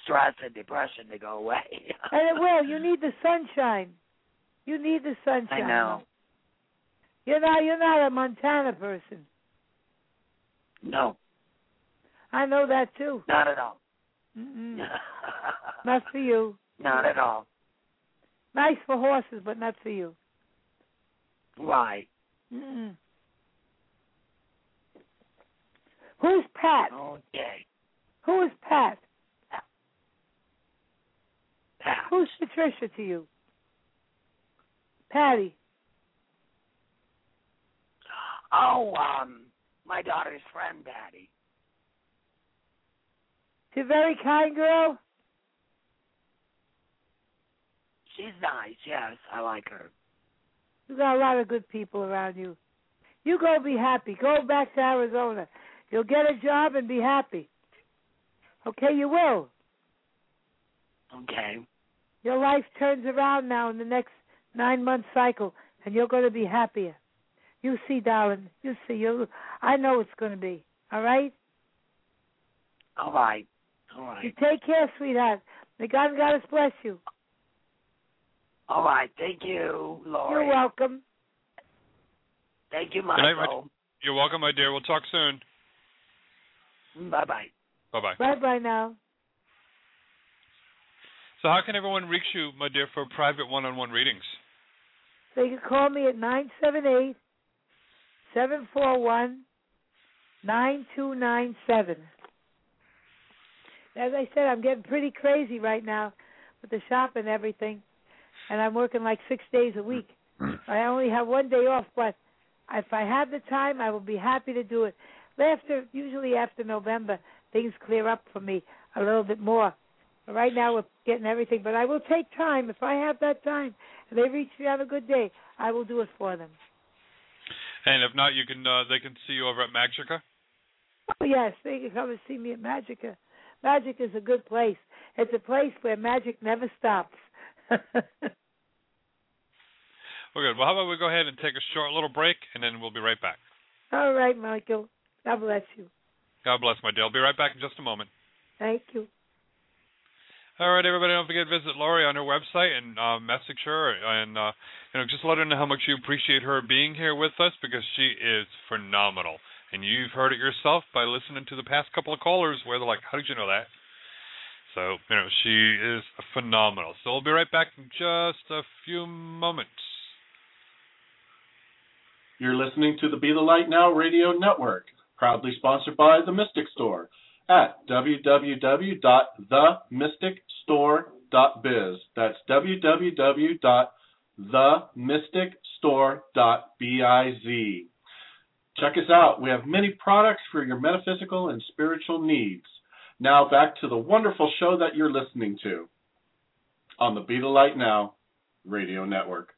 stress and depression to go away. And it will. You need the sunshine. You need the sunshine. I know. You're not you're not a Montana person. No, I know that too. not at all. Mm-mm. not for you. Not at all. Nice for horses, but not for you. Right. Mm-mm. Who's Pat? Okay. Who is Pat? Pat. Who's Patricia to you? Patty. Oh, um, my daughter's friend, Patty. She's a very kind girl. She's nice. Yes, I like her. You got a lot of good people around you. You go be happy. Go back to Arizona. You'll get a job and be happy. Okay, you will. Okay. Your life turns around now in the next nine month cycle, and you're going to be happier. You see, darling. You see. You. I know it's going to be. All right. All right. All You right. take care, sweetheart. May God and Goddess bless you. All right. Thank you, Lori. You're welcome. Thank you, Good night, my- Michael. You're welcome, my dear. We'll talk soon. Bye bye. Bye bye. Bye bye now. So, how can everyone reach you, my dear, for private one on one readings? So you can call me at nine seven eight seven four one nine two nine seven. As I said, I'm getting pretty crazy right now with the shop and everything, and I'm working like six days a week. I only have one day off, but if I have the time, I will be happy to do it. After usually after November, things clear up for me a little bit more. But right now, we're getting everything, but I will take time if I have that time. If they reach me on a good day, I will do it for them. And if not, you can uh, they can see you over at Magica. Oh, yes, they can come and see me at Magica. Magic is a good place. It's a place where magic never stops. Well, good. Well, how about we go ahead and take a short little break, and then we'll be right back. All right, Michael. God bless you. God bless, my dear. I'll be right back in just a moment. Thank you. All right, everybody, don't forget to visit Lori on her website and uh, message her, and uh, you know, just let her know how much you appreciate her being here with us because she is phenomenal. And you've heard it yourself by listening to the past couple of callers where they're like, "How did you know that?" So you know, she is phenomenal. So we'll be right back in just a few moments. You're listening to the Be the Light Now Radio Network, proudly sponsored by The Mystic Store at www.themysticstore.biz. That's www.themysticstore.biz. Check us out. We have many products for your metaphysical and spiritual needs. Now back to the wonderful show that you're listening to on the Be the Light Now Radio Network.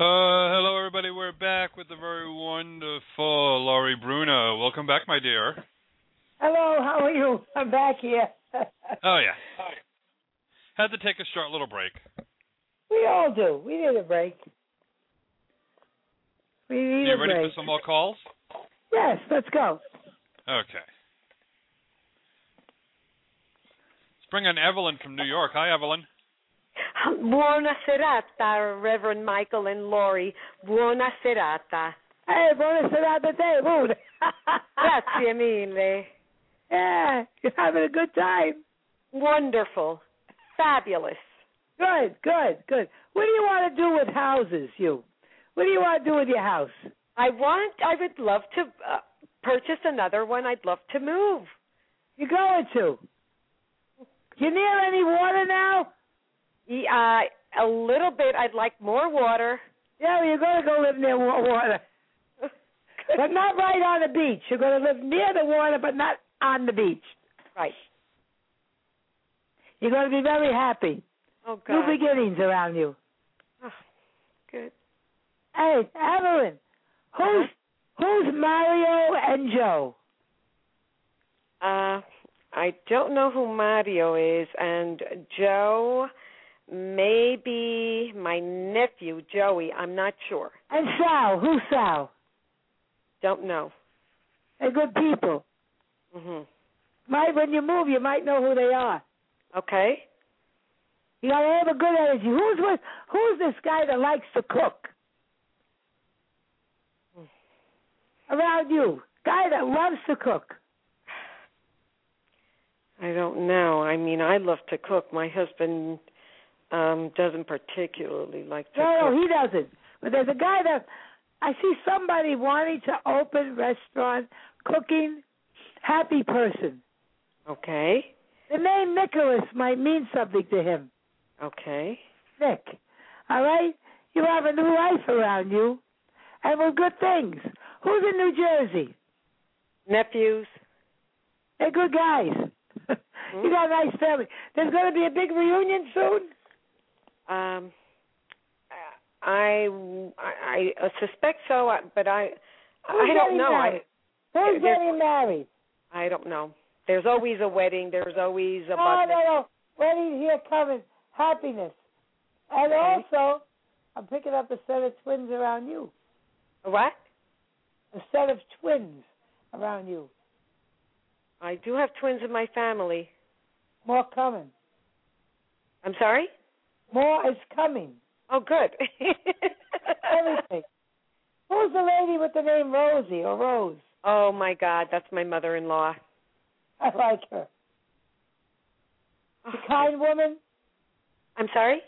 Uh, hello, everybody. We're back with the very wonderful Laurie Bruno. Welcome back, my dear. Hello, how are you? I'm back here. Oh yeah. Had to take a short little break. we all do. We need a break. We need you a ready for break. some more calls? Yes, let's go. Okay. Let's bring in Evelyn from New York. Hi, Evelyn. Buona serata, Reverend Michael and Lori. Buona serata. Eh, buona serata a te pure. Grazie mille. Yeah, Eh, you're having a good time. Wonderful. Fabulous. Good, good, good. What do you want to do with houses, you? What do you want to do with your house? I want, I would love to uh, purchase another one. I'd love to move. You're going to. You near any water now? Yeah, E, uh, a little bit. I'd like more water. Yeah, well, you're going to go live near wa- Oh, water. but not right on the beach. You're going to live near the water, but not on the beach. Right. You're going to be very happy. Oh, God. Ah, New beginnings around you. Good. Uh-huh. Hey, Evelyn, who's who's Mario and Joe? Uh, I don't know who Mario is, and Joe, maybe my nephew Joey. I'm not sure. And Sal, who's Sal? Don't know. They're good people. Mhm. Might when you move, you might know who they are. Okay. You gotta have a good energy. Who's with, who's this guy that likes to cook? Around you, guy that loves to cook. I don't know. I mean, I love to cook. My husband um doesn't particularly like to No, cook. no, he doesn't. But there's a guy that I see somebody wanting to open restaurant, cooking, happy person. Okay. The name Nicholas might mean something to him. Okay. Nick. All right? You have a new life around you. And with good things. Who's in New Jersey? Nephews. Mm-hmm. They're good guys. you got a nice family. There's going to be a big reunion soon? Um, I I, I suspect so, I- but I Who's I don't getting know. married? I, Who's there- getting married? I don't know. There's always a wedding. There's always a No, button. no, no. Wedding here coming. Happiness. And Okay. also, I'm picking up a set of twins around you. A What? A set of twins around you. I do have twins in my family. More coming. I'm sorry. More is coming. Oh, good. Everything. Who's the lady with the name Rosie or Rose? Oh my God, that's my mother-in-law. I like her. The kind woman, Oh, I'm sorry.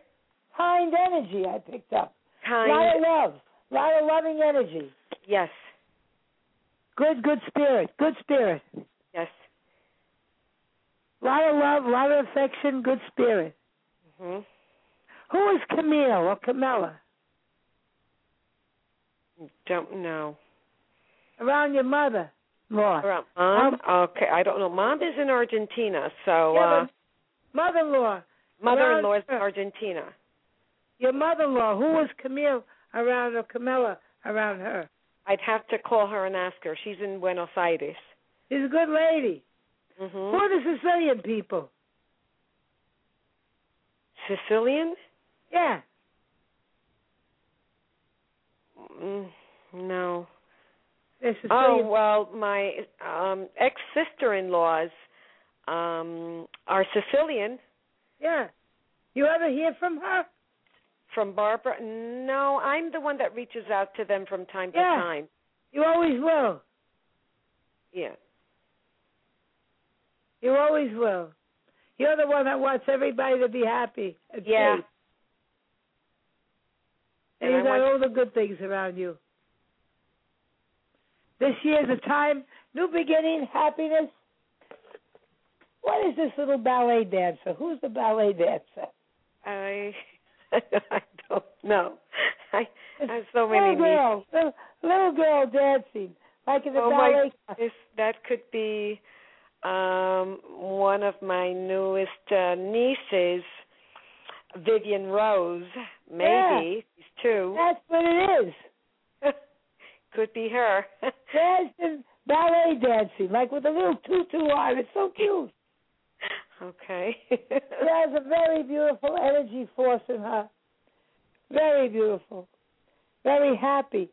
kind energy I picked up. A lot of Kind. love, a lot of loving energy. Yes. Good, good spirit, good spirit. Yes. A lot of love, a lot of affection, good spirit. hmm Who is Camille or Camilla? Don't know. Around your mother, Laura. Around mom. okay, I don't know. Mom is in Argentina, so Yeah, uh, but mother-in-law. mother-in-law is in around her. Argentina. Your mother-in-law. Who is Camille around or Camilla around her? I'd have to call her and ask her. She's in Buenos Aires. She's a good lady. Who hmm are the Sicilian people? Sicilian? Yeah. Mm, no. They're Sicilian. Oh well, my um ex sister-in-laws um are Sicilian Yeah. You ever hear from her? from Barbara. No, I'm the one that reaches out to them from time to Yeah. time. You always will. Yeah. You always will. You're the one that wants everybody to be happy. And Yeah. safe. And, And I you got want- all the good things around you. This year's a time, new beginning, happiness. What is this little ballet dancer? Who's the ballet dancer? I I don't know. I I have so many Little nieces. girl, little, little girl dancing, like in the Oh my ballet. goodness, that could be um one of my newest uh, nieces. Vivian Rose, maybe. She's two. That's what it is. Could be her. There's the ballet dancing, like with a little tutu on. It's so cute. Okay. She has a very beautiful energy force in her. Very beautiful. Very happy.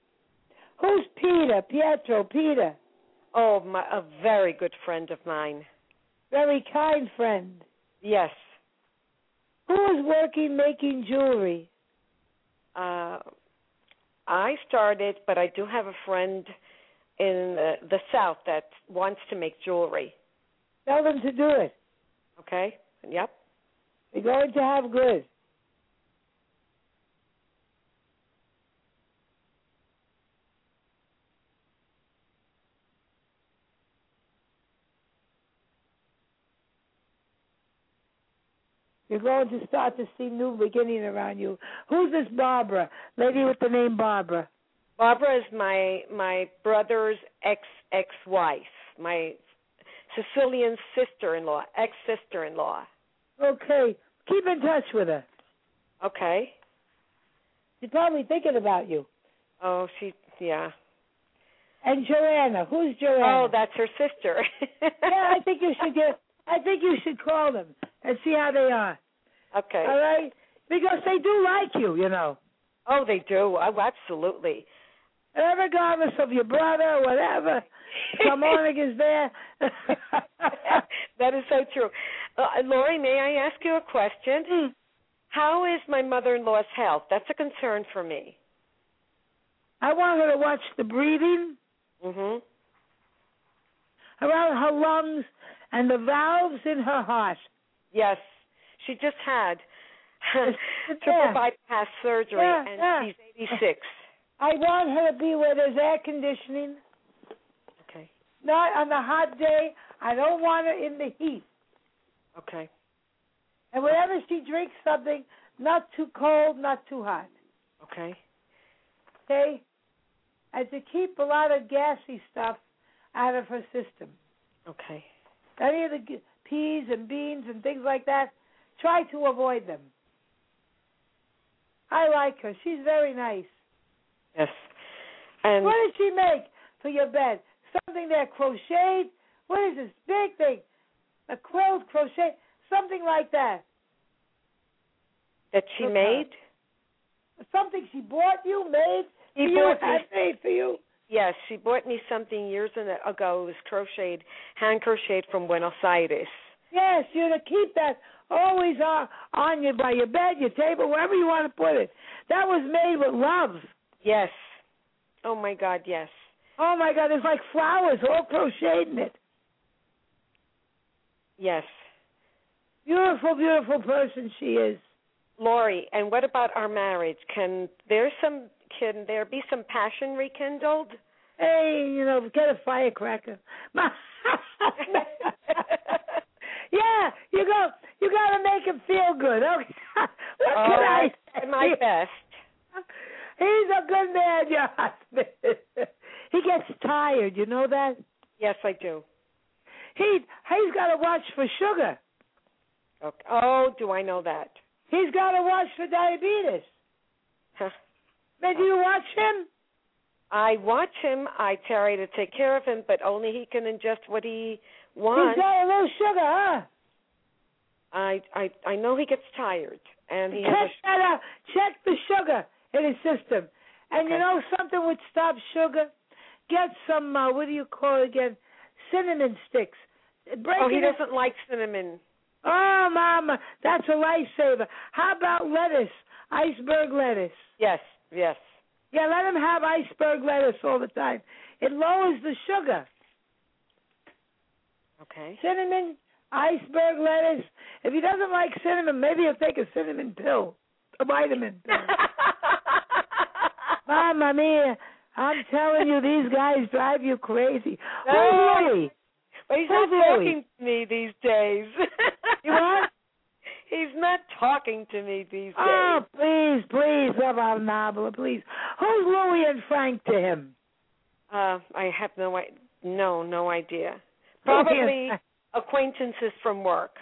Who's Peter? Pietro, Peter. Oh, my, a very good friend of mine. Very kind friend. Yes. Who is working making jewelry? Uh, I started, but I do have a friend in the, the South that wants to make jewelry. Tell them to do it. Okay. Yep. They're going to have good. You're going to start to see new beginning around you. Who's this Barbara? Lady with the name Barbara. Barbara is my my brother's ex ex wife, my Sicilian sister in law, ex sister in law. Okay. Keep in touch with her. Okay. She's probably thinking about you. Oh, she yeah. And Joanna. Who's Joanna? Oh, that's her sister. yeah, I think you should get I think you should call them and see how they are. Okay. All right? Because they do like you, you know. Oh, they do. Oh, absolutely. And regardless of your brother or whatever, Harmonic is there. that is so true. Uh, Lori, may I ask you a question? Hmm. How is my mother in law's health? That's a concern for me. I want her to watch the breathing Mhm. around her lungs and the valves in her heart. Yes. She just had Yeah. triple bypass surgery Yeah, and yeah. she's eighty six. I want her to be where there's air conditioning. Okay. Not on the hot day. I don't want her in the heat. Okay. And whenever she drinks something, not too cold, not too hot. Okay. Okay? And to keep a lot of gassy stuff out of her system. Okay. Any of the g- peas and beans and things like that, try to avoid them. I like her. She's very nice. Yes. And what did she make for your bed? Something that crocheted? What is this big thing? A quilt crochet? Something like that. that she Okay. made? Something she bought you, made She for you, bought me- had made for you. Yes, she bought me something years and- ago. It was crocheted, hand crocheted from Buenos Aires. Yes, you're to keep that always on, on you by your bed, your table, wherever you want to put it. That was made with love. Yes. Oh my God, yes. Oh my God, there's like flowers all crocheted in it. Yes. Beautiful, beautiful person she is. Lori, and what about our marriage? Can there some can there be some passion rekindled? Hey, you know, get a firecracker. My- yeah, you go. You got to make him feel good. Okay. what Oh, can I? I say? try my best. He's a good man, your husband. he gets tired. You know that. Yes, I do. He he's got to watch for sugar. Okay. Oh, do I know that? He's got to watch for diabetes. Huh. Man, do you watch him? I watch him. I try to take care of him, but only he can ingest what he He's wants. got a little sugar, huh? I I I know he gets tired, and he has Check that out. Check the sugar in his system. And you Okay. know something would stop sugar? Get some, uh, what do you call it again? Cinnamon sticks. Break a, oh he it in- doesn't like cinnamon. Oh, Mama, that's a lifesaver. How about lettuce? Iceberg lettuce. Yes, yes. Yeah, let him have iceberg lettuce all the time. It lowers the sugar. Okay. Cinnamon, iceberg lettuce. If he doesn't like cinnamon, maybe he'll take a cinnamon pill, a vitamin pill. Mamma mia. I'm telling you, these guys drive you crazy. No. Who's Louis? But he's Who's not Louis? talking to me these days. You what? He's not talking to me these days. Oh, please, please, about Nabla, please. Who's Louis and Frank to him? Uh, I have no I no no idea. Louis and Probably Frank. acquaintances from work.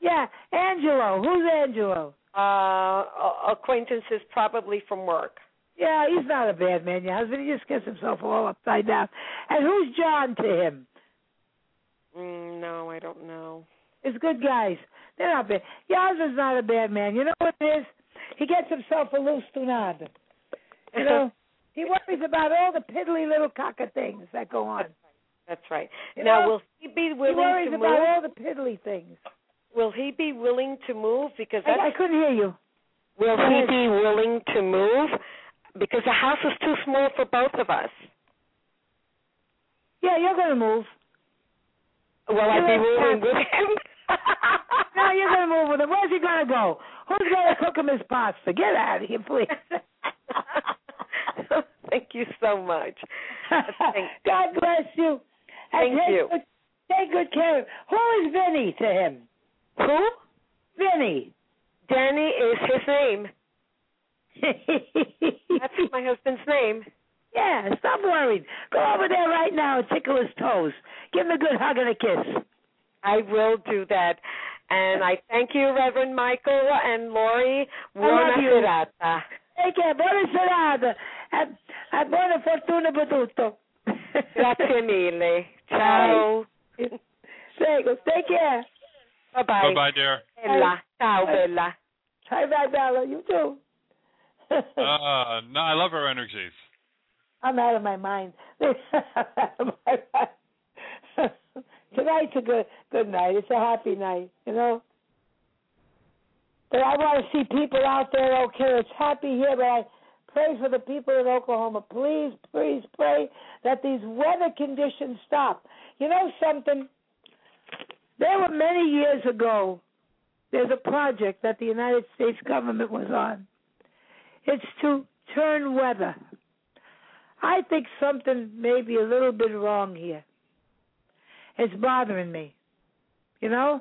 Yeah, Angelo. Who's Angelo? Uh, acquaintances probably from work. Yeah, he's not a bad man, your husband. He just gets himself all upside down. And who's John to him? Mm, no, I don't know. It's good guys. They're not bad. Your husband's not a bad man. You know what it is? He gets himself a loose tunad. You know, he worries about all the piddly little cocker things that go on. That's right. You now, know, will he be he willing worries to about move? all the piddly things. Will he be willing to move? Because that's, I, I couldn't hear you. will he be willing to move? Because the house is too small for both of us. Yeah, you're going to move. Will I You're be in moving Texas. with him? no, you're going to move with him. Where's he going to go? Who's going to cook him his pasta? Get out of here, please. Thank you so much. Thank God bless you. And Thank take you. Good, take good care of him. Who is Vinny to him? Who? Vinny. Danny is his name. That's my husband's name. Yeah, stop worrying. Go over there right now and tickle his toes. Give him a good hug and a kiss. I will do that. And I thank you, Reverend Michael and Lori. love Buona you. serata. Take care. Buona serata. And, and buona fortuna per tutto. Grazie mille. Ciao. Prego. Take care. Bye-bye. Bye bye, dear. Bella. Ciao, Bella. Bye bye, Bella. You too. Uh, no, I love her energies. I'm out of my mind. Tonight's a good good night. It's a happy night, you know. But I want to see people out there. Okay, it's happy here, but I pray for the people in Oklahoma. Please, please pray that these weather conditions stop. You know something? There were many years ago. There's a project that the United States government was on. It's to turn weather. I think something may be a little bit wrong here. It's bothering me. You know?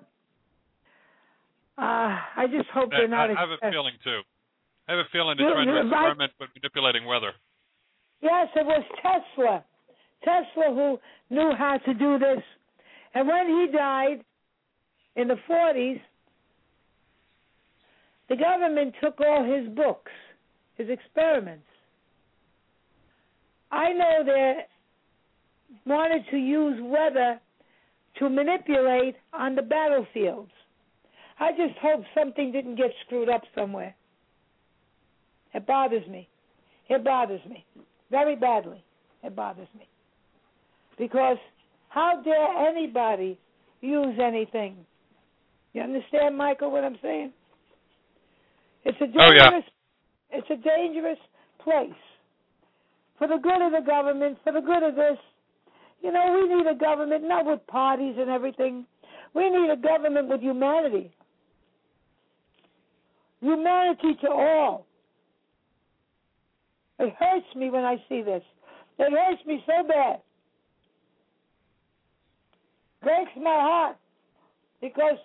Uh, I just hope I, they're not. I have a expect- feeling too. I have a feeling You- they're trying to you like- experiment with manipulating weather. Yes, it was Tesla. Tesla who knew how to do this. And when he died in the 40s, the government took all his books, his experiments. I know they wanted to use weather to manipulate on the battlefields. I just hope something didn't get screwed up somewhere. It bothers me. It bothers me very badly. It bothers me. Because how dare anybody use anything? You understand, Michael, what I'm saying? It's a Oh, yeah. dangerous it's a dangerous place. For the good of the government, for the good of this. You know, we need a government not with parties and everything. We need a government with humanity. Humanity to all. It hurts me when I see this. It hurts me so bad. Breaks my heart because,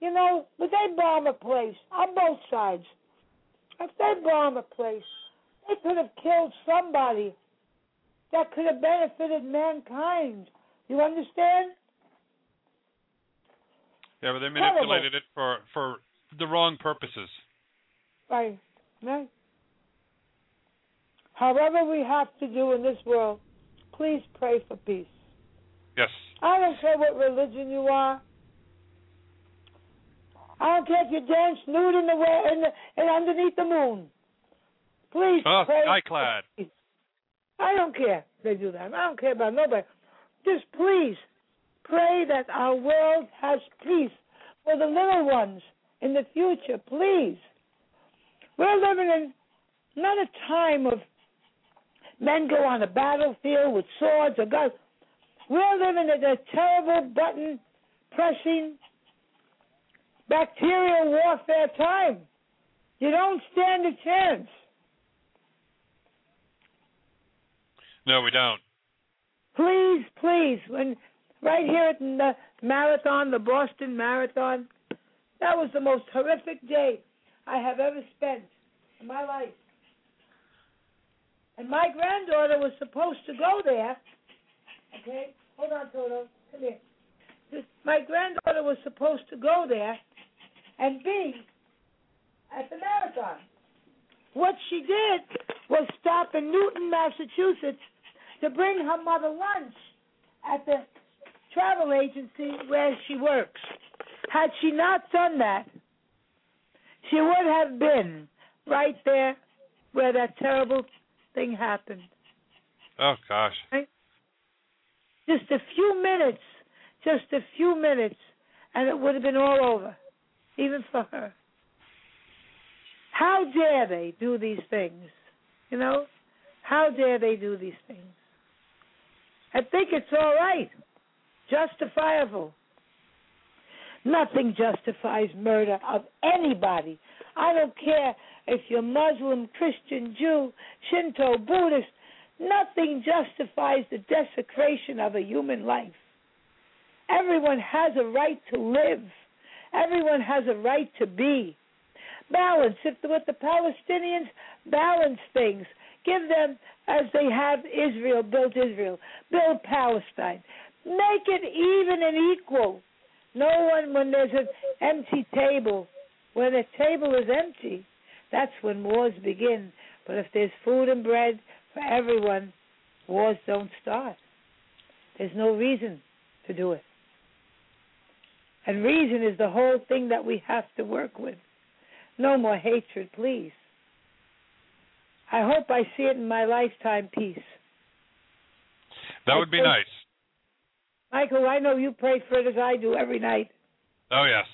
you know, when they bomb a place on both sides, if they bomb a place, they could have killed somebody that could have benefited mankind. You understand? Yeah, but they Terrible. manipulated it for for the wrong purposes. Right. Right. However, we have to do in this world, please pray for peace. Yes. I don't care what religion you are. I don't care if you dance nude in the wa- in the, and underneath the moon. Please Oh, pray. skyclad. I don't care. if They do that. I don't care about nobody. Just please pray that our world has peace for the little ones in the future. Please. We're living in not a time of men go on the battlefield with swords or guns. We're living in a terrible button pressing bacterial warfare time. You don't stand a chance. No, we don't. Please, please, when right here at the marathon, the Boston Marathon, that was the most horrific day I have ever spent in my life. And my granddaughter was supposed to go there. Okay, hold on, Toto, come here. My granddaughter was supposed to go there and B at the marathon. What she did was stop in Newton, Massachusetts to bring her mother lunch at the travel agency where she works. Had she not done that, she would have been right there where that terrible thing happened. Oh gosh. Just a few minutes, just a few minutes, and it would have been all over, even for her. How dare they do these things? You know? How dare they do these things? I think it's all right, justifiable. Nothing justifies murder of anybody. I don't care if you're Muslim, Christian, Jew, Shinto, Buddhist, nothing justifies the desecration of a human life. Everyone has a right to live, everyone has a right to be. Balance if with the Palestinians, balance things. Give them as they have Israel, build Israel, build Palestine. Make it even and equal. No one, when there's an empty table, when a table is empty, that's when wars begin. But if there's food and bread for everyone, wars don't start. There's no reason to do it. And reason is the whole thing that we have to work with. No more hatred, please. I hope I see it in my lifetime, peace. That would be nice. Michael, I know you pray for it as I do every night. Oh yes.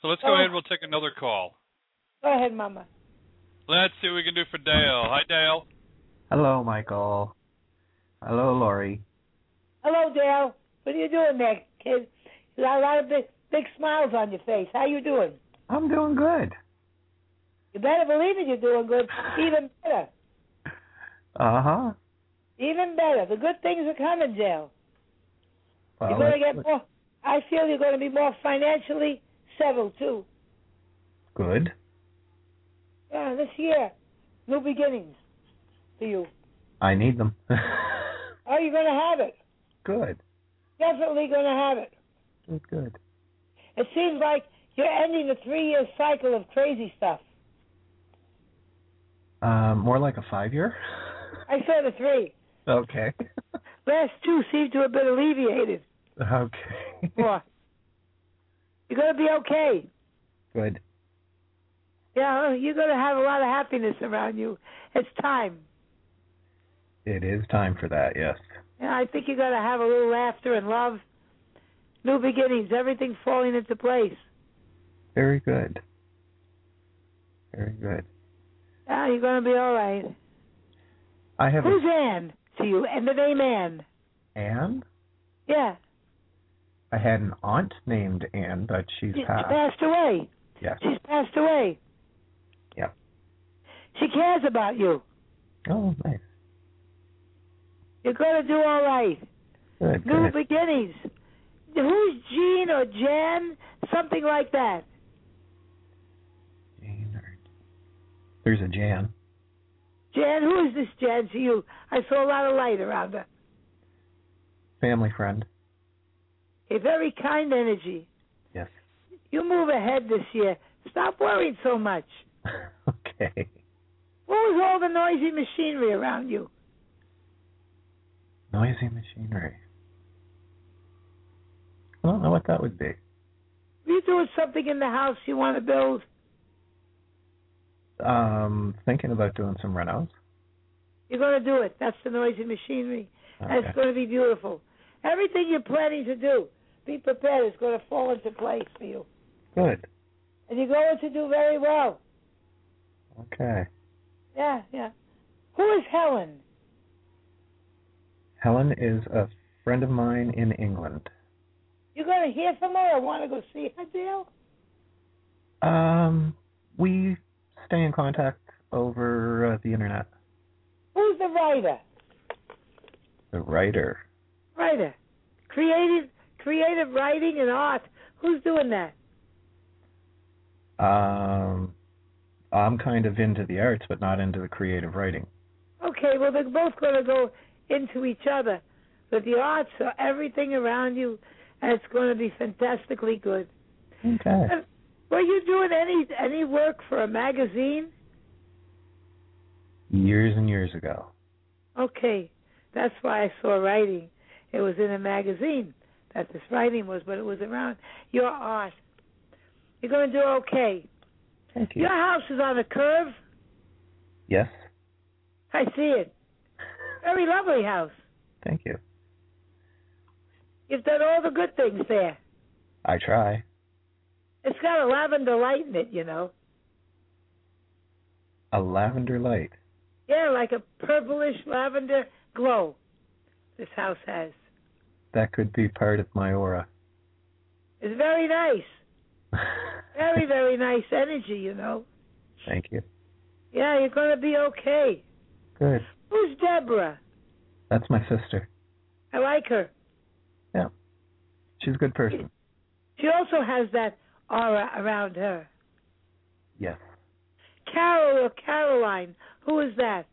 So let's Oh. go ahead. We'll take another call. Go ahead, Mama. Let's see what we can do for Dale. Hi, Dale. Hello, Michael. Hello, Lori. Hello, Dale. What are you doing there, kid? You got a lot of big, big smiles on your face. How you doing? I'm doing good. You better believe it. You're doing good. Even better. Uh huh. Even better. The good things are coming, Dale. Well, You're going to that's get more. I feel you're going to be more financially settled too. good. Yeah, this year, new beginnings for you. I need them. Oh, you're going to have it. good. Definitely going to have it. Good. Good. It seems like you're ending a three-year cycle of crazy stuff. Um, more like a five year. I said a three. Okay. Last two seem to have been alleviated. Okay. More. You're going to be okay. Good. Yeah, you're going to have a lot of happiness around you. It's time. It is time for that. Yes. And I think you're going to have a little laughter and love, new beginnings, everything falling into place. Very good. Very good. Yeah, you're going to be all right. I have Who's Ann to you? And the name Ann. Anne. Yeah, I had an aunt named Anne, but she's she, she passed. passed away. Yes. She's passed away. Yeah. She cares about you. Oh, nice. You're going to do all right. Good. New good. beginnings. Who's Jean or Jan? Something like that. There's a Jan. Jan, who is this Jan to you? I saw a lot of light around her. Family friend. A very kind energy. Yes. You move ahead this year. Stop worrying so much. Okay. What was all the noisy machinery around you? Noisy machinery. I don't know what that would be. Were you doing something in the house you want to build? Um, thinking about doing some renos. You're going to do it. That's the noisy machinery. And Okay. it's going to be beautiful. Everything you're planning to do, be prepared. It's going to fall into place for you. Good. And you're going to do very well. Okay. Yeah, yeah. Who is Helen? Helen is a friend of mine in England. You going to hear from her or want to go see her, Dale? Um, we stay in contact over uh, the internet. Who's the writer? The writer. Writer. Creative, creative writing and art. Who's doing that? Um, I'm kind of into the arts, but not into the creative writing. Okay, well, they're both going to go into each other. But the arts are everything around you, and it's going to be fantastically good. Okay. Were you doing any any work for a magazine? Years and years ago. Okay, that's why I saw writing. It was in a magazine that this writing was, but it was around your art. You're going to do okay. Thank you. Your house is on a curve. Yes. I see it. Very lovely house. Thank you. You've done all the good things there. I try. It's got a lavender light in it, you know. A lavender light. Yeah, like a purplish lavender glow. This house has. That could be part of my aura. It's very nice. very, very nice energy, you know. Thank you. Yeah, you're going to be okay. Good. Who's Deborah? That's my sister. I like her. Yeah. She's a good person. She also has that aura around her. Yes. Carol or Caroline, who is that?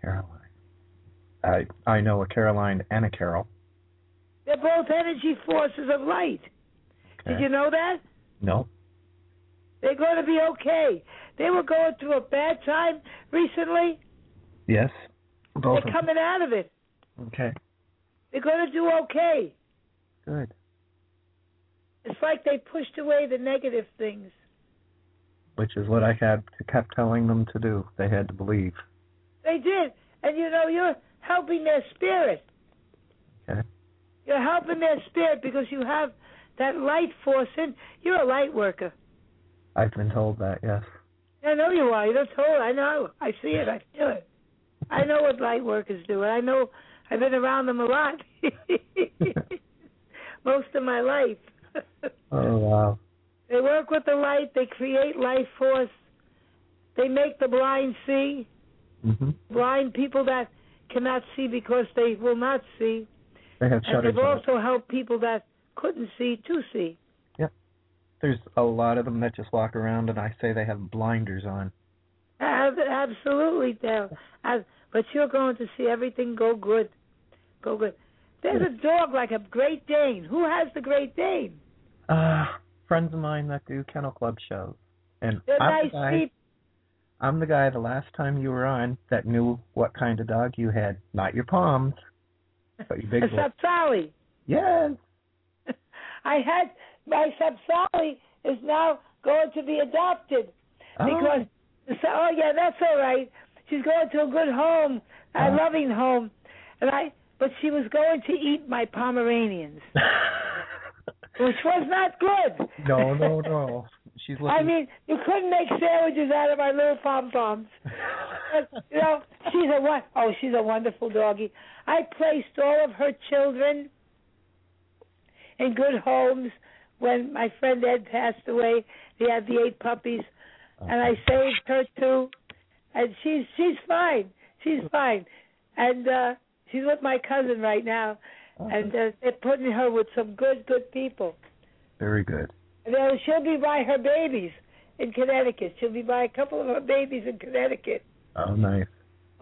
Caroline. I I know a Caroline and a Carol. They're both energy forces of light. Okay. Did you know that? No. They're going to be okay. They were going through a bad time recently. Yes. Both They're of them. coming out of it. Okay. They're going to do okay. Good. It's like they pushed away the negative things. Which is what I had kept telling them to do. They had to believe. They did. And you know, you're helping their spirit. Okay. You're helping their spirit because you have that light force in. You're a light worker. I've been told that. Yes. I know you are. You're told. I know. I see it. I feel it. I know what light workers do, and I know I've been around them a lot, most of my life. Oh wow. they work with the light. They create life force. They make the blind see. Mhm. Blind people that cannot see because they will not see. They have and shutters. they've on it. also helped people that couldn't see to see. There's a lot of them that just walk around, and I say they have blinders on. Ab- Absolutely, Dale. Ab- But you're going to see everything go good. Go good. There's a dog like a Great Dane. Who has the Great Dane? Uh, friends of mine that do kennel club shows, and They're I'm nice the guy, people. I'm the guy. The last time you were on, that knew what kind of dog you had, not your palms, but your big A one. Sapsali. Yes. I had my Sapsali is now going to be adopted Oh. because. So, oh yeah, that's all right. She's going to a good home, a Oh. loving home, and I. But she was going to eat my Pomeranians, which was not good. no, no, no. She's looking. I mean, you couldn't make sandwiches out of my little pom poms. you know, she's a what? Oh, she's a wonderful doggy. I placed all of her children in good homes. When my friend Ed passed away, he had the eight puppies, Uh-huh. and I saved her too. And she's she's fine. She's fine, and uh she's with my cousin right now, Uh-huh. and uh, they're putting her with some good good people. Very good. And then she'll be by her babies in Connecticut. She'll be by a couple of her babies in Connecticut. Oh, nice.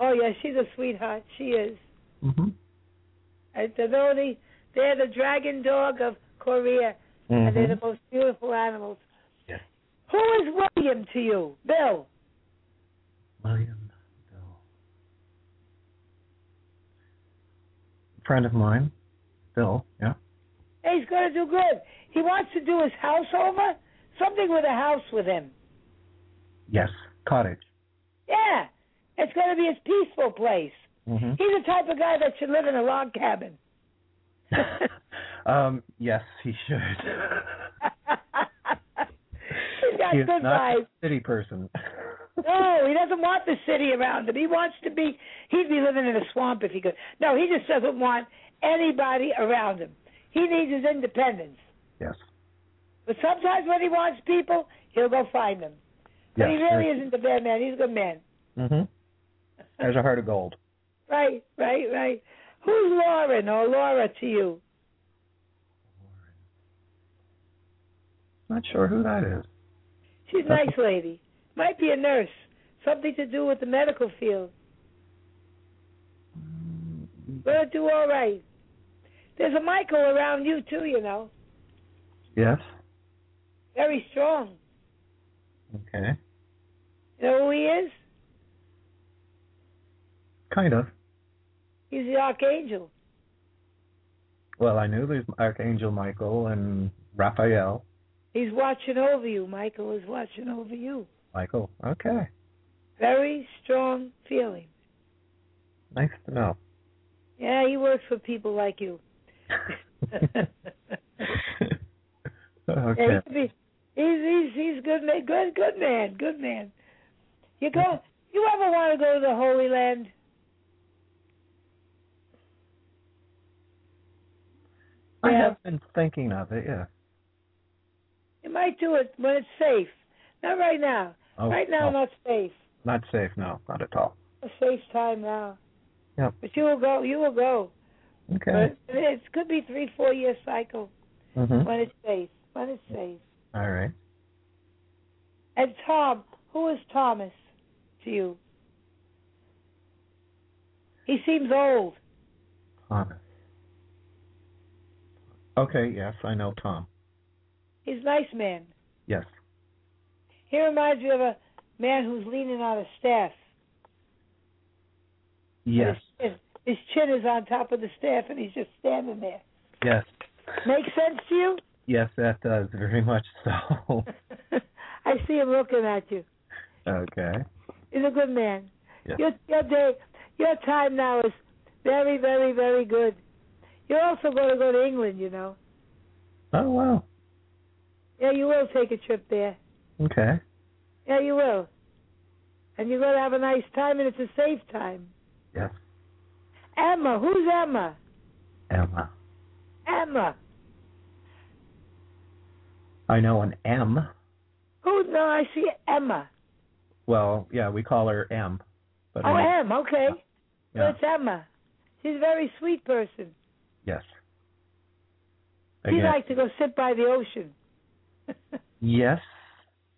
Oh yeah, she's a sweetheart. She is. Mm-hmm. And they're the only, they're the dragon dog of Korea, and they're the Mm-hmm. most beautiful animals. Yeah. Who is William to you, Bill? William Bell. Friend of mine, Bill. Yeah. Hey, he's gonna do good. He wants to do his house over, something with a house with him. Yes. Cottage. Yeah, it's gonna be his peaceful place. hmm He's the type of guy that should live in a log cabin. um. Yes, he should. he's got he is good not vibes. a city person. No, he doesn't want the city around him. He wants to be. He'd be living in a swamp if he could. No, he just doesn't want anybody around him. He needs his independence. Yes. But sometimes when he wants people, he'll go find them. But Yes. he really isn't a bad man. He's a good man. Mm-hmm. There's a heart of gold. Right, right, right. Who's Lauren or Laura to you? Not sure who that is. She's a nice lady. Might be a nurse. Something to do with the medical field. Gonna do all right. There's a Michael around you too, you know. Yes. Very strong. Okay. You know who he is? Kind of. He's the archangel. Well, I knew there's Archangel Michael and Raphael. He's watching over you. Michael is watching over you. Michael. Okay. Very strong feeling. Nice to know. Yeah, he works for people like you. Okay. Uh, Yeah, he's, he's he's he's good man, good good man, good man. You go. You ever want to go to the Holy Land? I have been thinking of it, yeah. You might do it when it's safe. Not right now. Oh, right now, oh. not safe. Not safe, no, not at all. A safe time now. Yep. But you will go. You will go. Okay. But it could be three, four year cycle Mhm. when it's safe. When it's safe. All right. And Tom, who is Thomas to you? He seems old. Thomas. Okay, yes, I know Tom. He's a nice man. Yes. He reminds me of a man who's leaning on a staff. Yes. His, his chin is on top of the staff, and he's just standing there. Yes. Make sense to you? Yes, that does very much so. I see him looking at you. okay. He's a good man. Yes. Your your day, your time now is very, very, very good. You're also going to go to England, you know. Oh wow. Yeah, you will take a trip there. Okay. Yeah, you will. And you're going to have a nice time, and it's a safe time. Yes. Emma, who's Emma? Emma. Emma. I know an M. Who? Oh, No, I see Emma. Well, yeah, we call her M. But oh, I- Em. Okay. Yeah. That's Emma. She's a very sweet person. Yes. She Again, likes to go sit by the ocean. yes,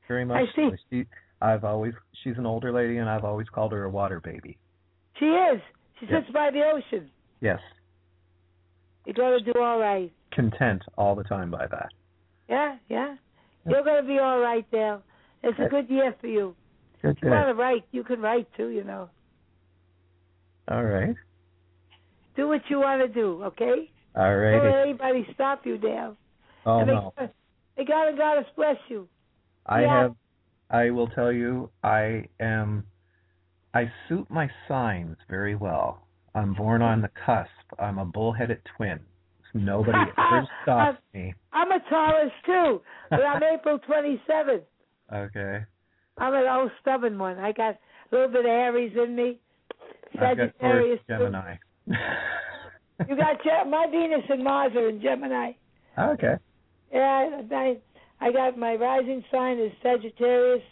very much. I see. so. She, I've always she's an older lady, and I've always called her a water baby. She is. She Yes. sits by the ocean. Yes, You're going to do all right. content all the time by that. Yeah, yeah. You're going to be all right, Dale. It's a good year for you. Good. If you want to write, you can write too, you know. All right. Do what you want to do, okay? All Don't right. let anybody stop you, Dale. Oh and they, no. They God and God has bless you. I Yeah. have. I will tell you. I am. I suit my signs very well. I'm born on the cusp. I'm a bullheaded twin. Nobody ever stops me. I'm a Taurus too, but I'm April 27th. Okay. I'm an old stubborn one. I got a little bit of Aries in me. I've got Taurus, Sagittarius. too. Gemini. You got Ge- my Venus and Mars are in Gemini. Okay. Yeah, I, I got my rising sign is Sagittarius,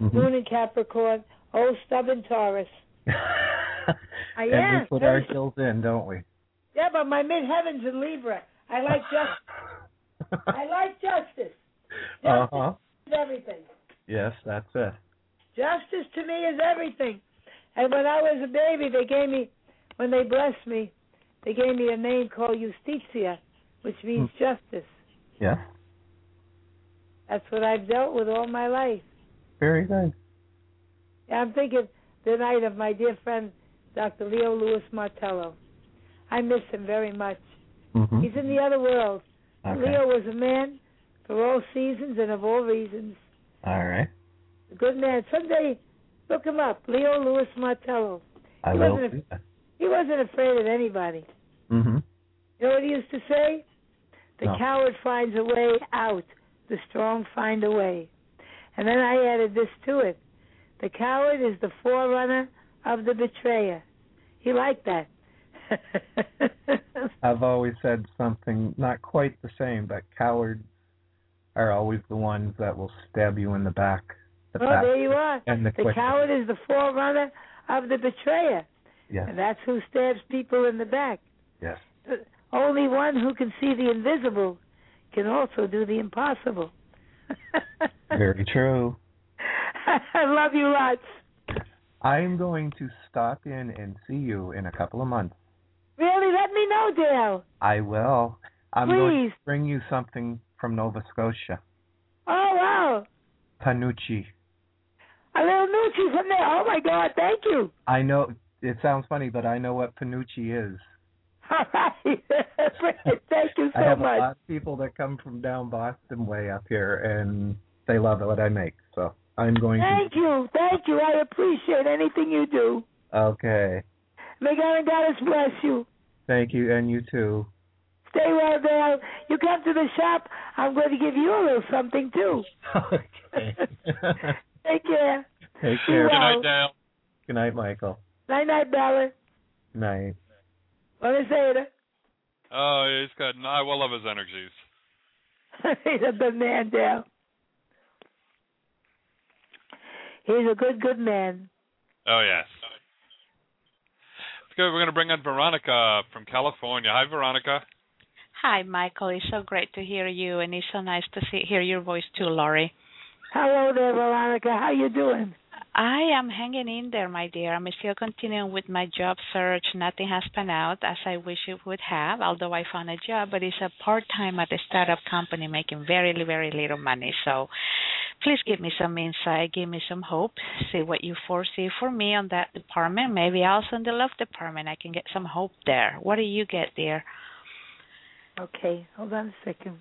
Moon in Capricorn, old stubborn Taurus. I and am. we put our very- heels in, don't we? Yeah, but my midheaven's in Libra. I like justice. I like justice. Uh huh. Is everything. Yes, that's it. Justice to me is everything. And when I was a baby, they gave me, when they blessed me, they gave me a name called Justitia, which means justice. Yes. That's what I've dealt with all my life. Very good. Yeah, I'm thinking the night of my dear friend, Dr. Leo Louis Martello. I miss him very much. Mhm. He's in the other world. Okay. Leo was a man for all seasons and of all reasons. All right. A good man. Someday, look him up, Leo Louis Martello. I He will. wasn't a- do that. He wasn't afraid of anybody. Mhm. You know what he used to say? The No. coward finds a way out, the strong find a way. And then I added this to it the coward is the forerunner of the betrayer. He liked that. I've always said something not quite the same, but cowards are always the ones that will stab you in the back. The well, back. Oh, there you are. And the, The quickest. coward is the forerunner of the betrayer. Yes. And that's who stabs people in the back. Yes. Only one who can see the invisible can also do the impossible. Very true. I love you lots. I'm going to stop in and see you in a couple of months. Really? Let me know, Dale. I will. I'm going Please. to bring you something from Nova Scotia. Oh, wow. Panucci. A little noochie from there. Oh, my God. Thank you. I know it sounds funny, but I know what panucci is. All right. Thank you I so have much. a lot of people that come from down Boston way up here, and they love what I make. So I'm going to. Thank you. Thank you. I appreciate anything you do. Okay. May God and Goddess bless you. Thank you, and you too. Stay well, Dale. You come to the shop, I'm going to give you a little something, too. okay. Take care. Take Be care. well. Good night, Dale. Good night, Michael. Night, night, Bella. Night. What is it? Oh, he's got. I will love his energies. He's a good man, Dale. He's a good, good man. Oh yes. Let's go. We're going to bring on Veronica from California. Hi, Veronica. Hi, Michael. It's so great to hear you, and it's so nice to see, hear your voice too, Laurie. Hello there, Veronica. How you doing? I am hanging in there, my dear. I'm still continuing with my job search. Nothing has panned out as I wish it would have, although I found a job, but it's a part time at a startup company making very, very little money. So please give me some insight, give me some hope, see what you foresee for me on that department. Maybe also in the love department, I can get some hope there. What do you get, dear? Okay, hold on a second.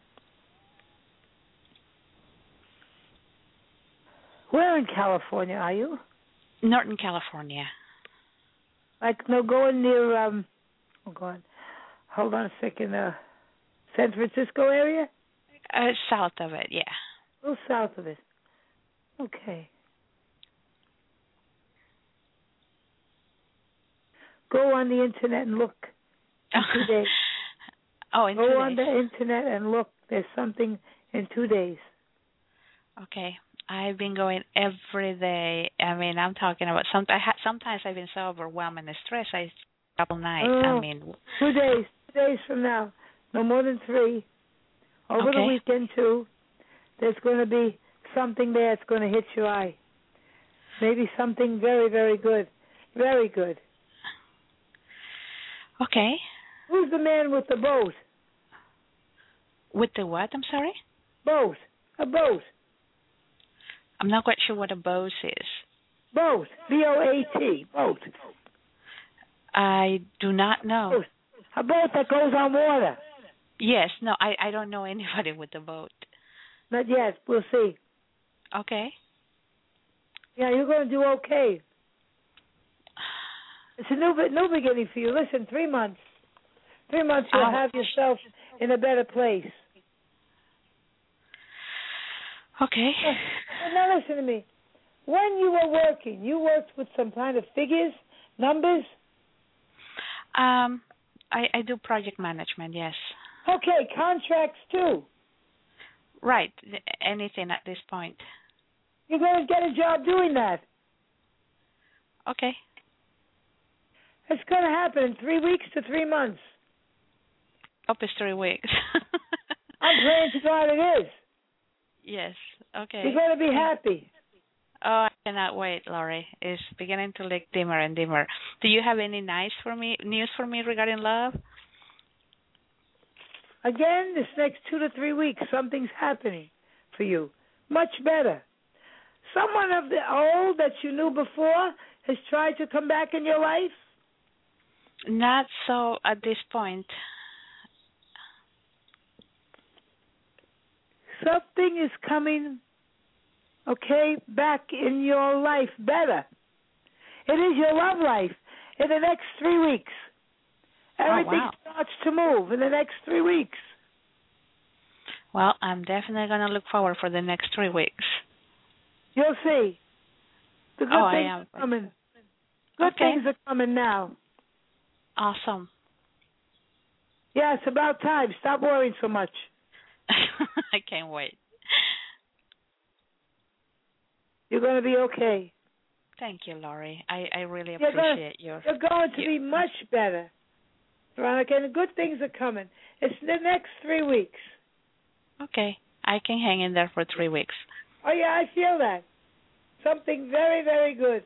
Where in California are you? Northern California. Like, no, going near, um, oh, God. Hold on a second. Uh, San Francisco area? Uh, south of it, yeah. A little south of it. Okay. Go on the internet and look. In two days. Oh, in Go two on days. the internet and look. There's something in two days. Okay. I've been going every day. I mean, I'm talking about some. I ha- sometimes I've been so overwhelmed and stressed. I double night. Oh. I mean, Two days. Two days from now. No more than three. Over the Okay. weekend too. There's going to be something there that's going to hit your eye. Maybe something very, very good. Very good. okay. Who's the man with the boat? With the what? I'm sorry. Boat. A boat. I'm not quite sure what a Bose is. Boat. B O A T. Boat. I do not know. A boat that goes on water. Yes. No. I I don't know anybody with a boat. Not yet. We'll see. Okay. Yeah, you're going to do okay. It's a new be- new beginning for you. Listen, three months, three months, you'll Ow. have yourself in a better place. Okay. Now, now listen to me. When you were working, you worked with some kind of figures, numbers. Um. I I do project management. Yes. Okay, contracts too. Right. th- Anything at this point. You're going to get a job doing that. Okay. It's going to happen in three weeks to three months. Up is Oh, three weeks. I'm praying to God it is. yes. Okay. You're going to be happy. Oh, I cannot wait, Laurie. It's beginning to look dimmer and dimmer. Do you have any nice for me news for me regarding love? Again, this next two to three weeks, something's happening for you. Much better. Someone of the old that you knew before has tried to come back in your life. Not so at this point. Something is coming, okay, back in your life better. It is your love life in the next three weeks. Everything Oh, wow. starts to move in the next three weeks. Well, I'm definitely gonna look forward for the next three weeks. You'll see. The good Oh, I things am. are coming. Good Okay. things are coming now. Awesome. Yeah, it's about time. Stop worrying so much. I can't wait. You're going to be okay. Thank you, Laurie. I, I really You're gonna- appreciate your You're going to be much better, Veronica, and good things are coming. It's the next three weeks. Okay. I can hang in there for three weeks. Oh, yeah, I feel that. Something very, very good.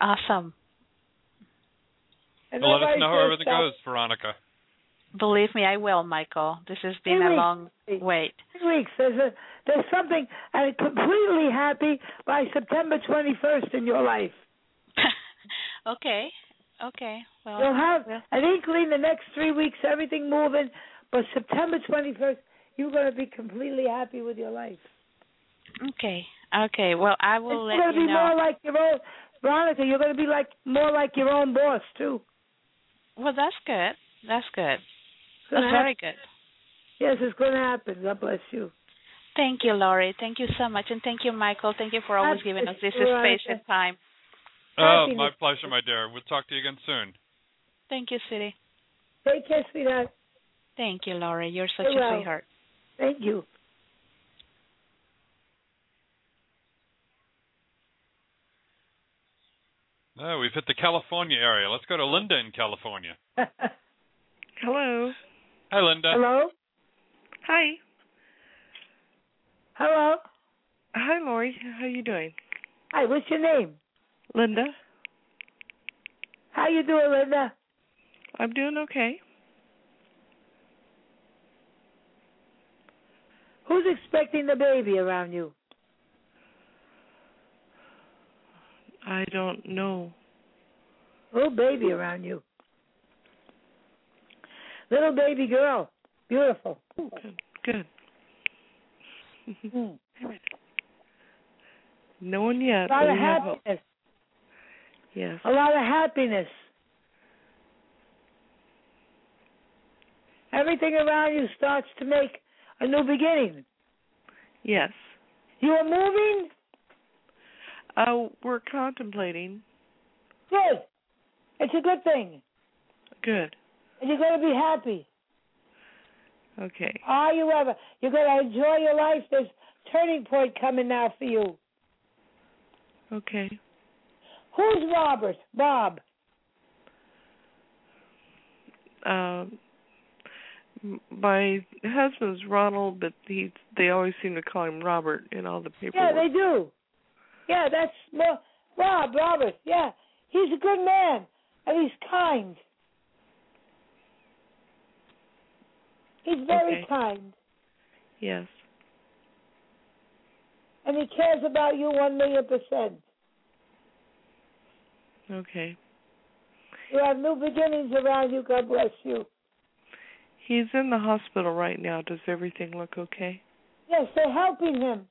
Awesome. And Well, let us everybody know says how everything stuff. goes, Veronica. Believe me, I will, Michael. This has been Three a long wait. Three weeks. There's a there's something I'm completely happy by September 21st in your life. Okay. Okay. Well, You'll have we'll- an inkling the next three weeks, everything moving, but September 21st, you're going to be completely happy with your life. okay. Okay. Well, I will it's going let to be you know. more like your own, Veronica. You're going to be like more like your own boss too. Well, that's good. That's good. It's That's gonna very happen. good. Yes, it's going to happen. God bless you. Thank you, Lori. Thank you so much, and thank you, Michael. Thank you for always giving us this Absolutely. space and time. Oh, Happiness. my pleasure, my dear. We'll talk to you again soon. Thank you, City. Take care, sweetheart. Thank you, Lori. You're such You're a welcome. sweetheart. Thank you. No, Oh, we've hit the California area. Let's go to Linda in California. Hello. Hi, Linda. Hello. Hi. Hello. Hi, Lori. How you doing? Hi. What's your name? Linda. How you doing, Linda? I'm doing okay. Who's expecting the baby around you? I don't know. Little baby around you. Little baby girl. Beautiful. Good. Mm. No one yet. A lot but of we have hope. happiness. Yes. A lot of happiness. Everything around you starts to make a new beginning. Yes. You are moving? Uh, we're contemplating. Good. It's a good thing. Good. And you're going to be happy. Okay. Are you ever? You're going to enjoy your life. There's turning point coming now for you. Okay. Who's Robert? Bob. Um, m- my husband's Ronald, but he they always seem to call him Robert in all the paperwork. Yeah, they do. Yeah, that's Mo- Rob Robert. Yeah, he's a good man and he's kind. He's very Okay. kind Yes. and he cares about you one million percent. Okay. You have new beginnings around you. God bless you. He's in the hospital right now. Does everything look okay? Yes, they're helping him.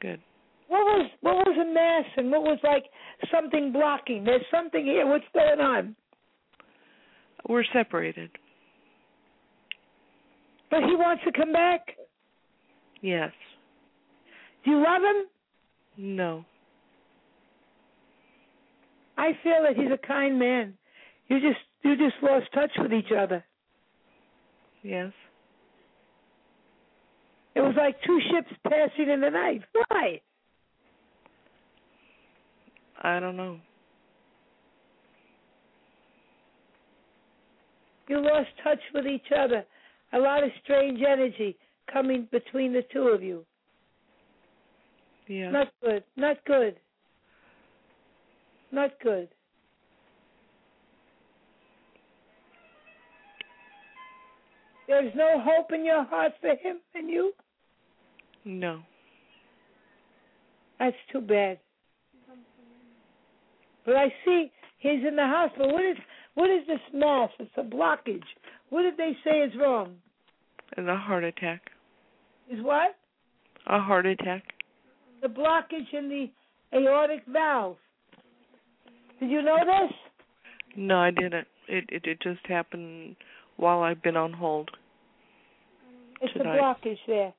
Good. What was what was a mass and what was like something blocking? There's something here. What's going on? We're separated. But he wants to come back. Yes. Do you love him? No. I feel that he's a kind man. You just you just lost touch with each other. Yes. It was like two ships passing in the night. Why? I don't know. You lost touch with each other. A lot of strange energy coming between the two of you. Yeah. Not good. Not good. Not good. There's no hope in your heart for him and you? No. That's too bad. But I see he's in the hospital. What is what is this mass? It's a blockage. What did they say is wrong? And a heart attack. Is what? A heart attack. The blockage in the aortic valve. Did you know this? No, I didn't. It it, it just happened while I've been on hold. It's a Tonight. blockage there.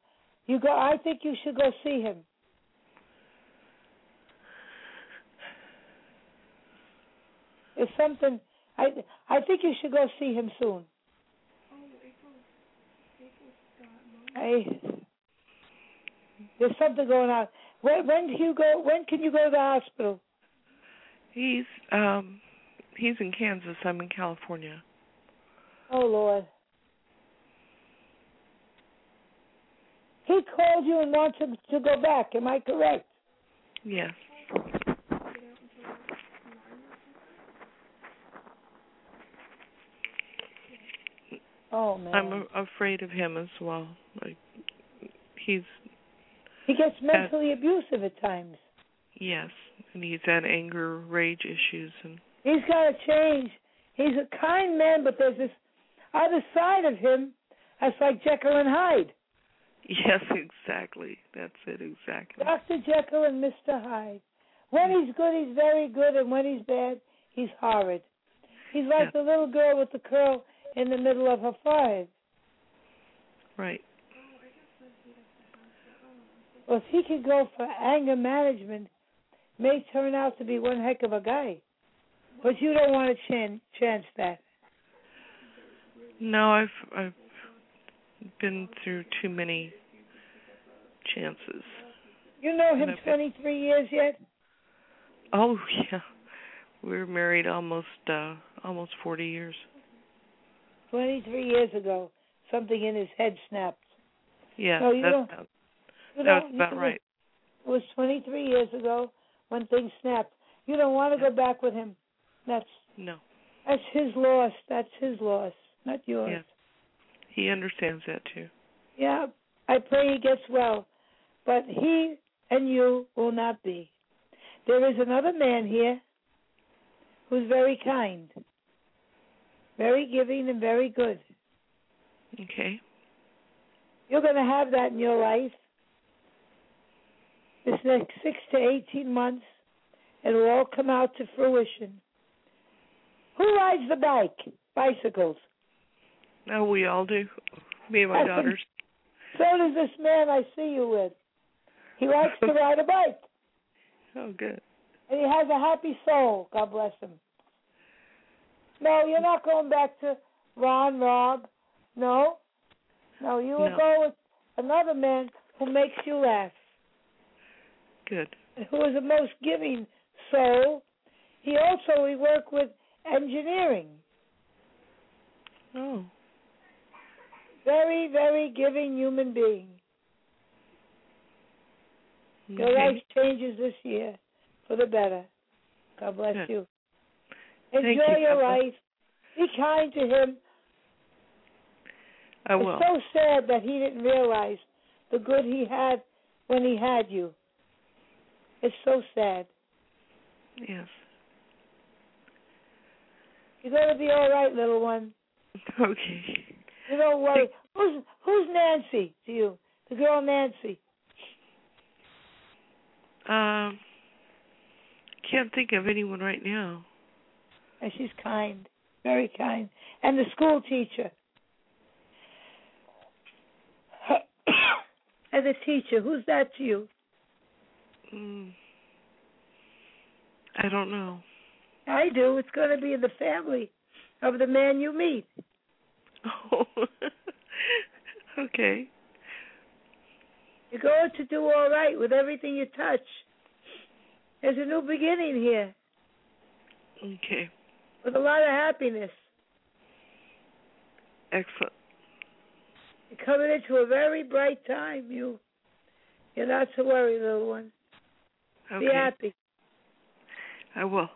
You go. I think you should go see him. There's something. I I think you should go see him soon. I there's something going on. When when do you go? When can you go to the hospital? He's um he's in Kansas, I'm in California. Oh Lord. He called you and wants him to go back. Am I correct? Yes. Oh man. I'm a- afraid of him as well. Like he's he gets mentally abusive at times. yes, and he's had anger, rage issues, and He's got to change. He's a kind man, but there's this other side of him that's like Jekyll and Hyde. yes, exactly. That's it, exactly. Dr. Jekyll and Mr. Hyde. When he's good, he's very good, and when he's bad, he's horrid. He's like the little girl with the curl in the middle of her forehead. Right. Well, if he could go for anger management, may turn out to be one heck of a guy. But you don't want to chan- chance that. No, I've I've been through too many chances. You know him No, but- 23 years yet? Oh yeah, we were married almost uh almost forty years. 23 years ago, something in his head snapped. Yeah, No, Oh, you that's don't- about- You that's don't- about you- right. It was 23 years ago when things snapped. You don't want to go back with him. That's No, that's his loss. That's his loss, not yours. he understands that too. Yeah. I pray he gets well, but he and you will not be. There is another man here who's very kind, very giving, and very good. Okay. You're going to have that in your life. This next six to 18 months, it'll all come out to fruition. Who rides the bike? Bicycles. No, we all do. Me and my daughters. So does this man I see you with. He likes to ride a bike, Oh, good. and he has a happy soul. God bless him. No, you're not going back to Ron Rob. No. No, you will No. go with another man who makes you laugh. Good. and who is the most giving soul. He also we work with engineering. Oh. Very, very giving human being. Your Okay. life changes this year for the better. God bless Good. you. Thank Enjoy you, your God bless. life. Be kind to him. I will. It's so sad that he didn't realize the good he had when he had you. It's so sad. Yes. You're gonna be all right, little one. Okay. You don't worry. Who's who's Nancy to you? The girl Nancy. Um. Can't think of anyone right now. And she's kind, very kind. And the school teacher. and the teacher, who's that to you? Mm. I don't know. I do. It's going to be in the family of the man you meet. Oh. okay. You're going to do all right with everything you touch. There's a new beginning here Okay. with a lot of happiness. Excellent. You're coming into a very bright time. You, you're not to worry, little one. Okay. Be happy. I will.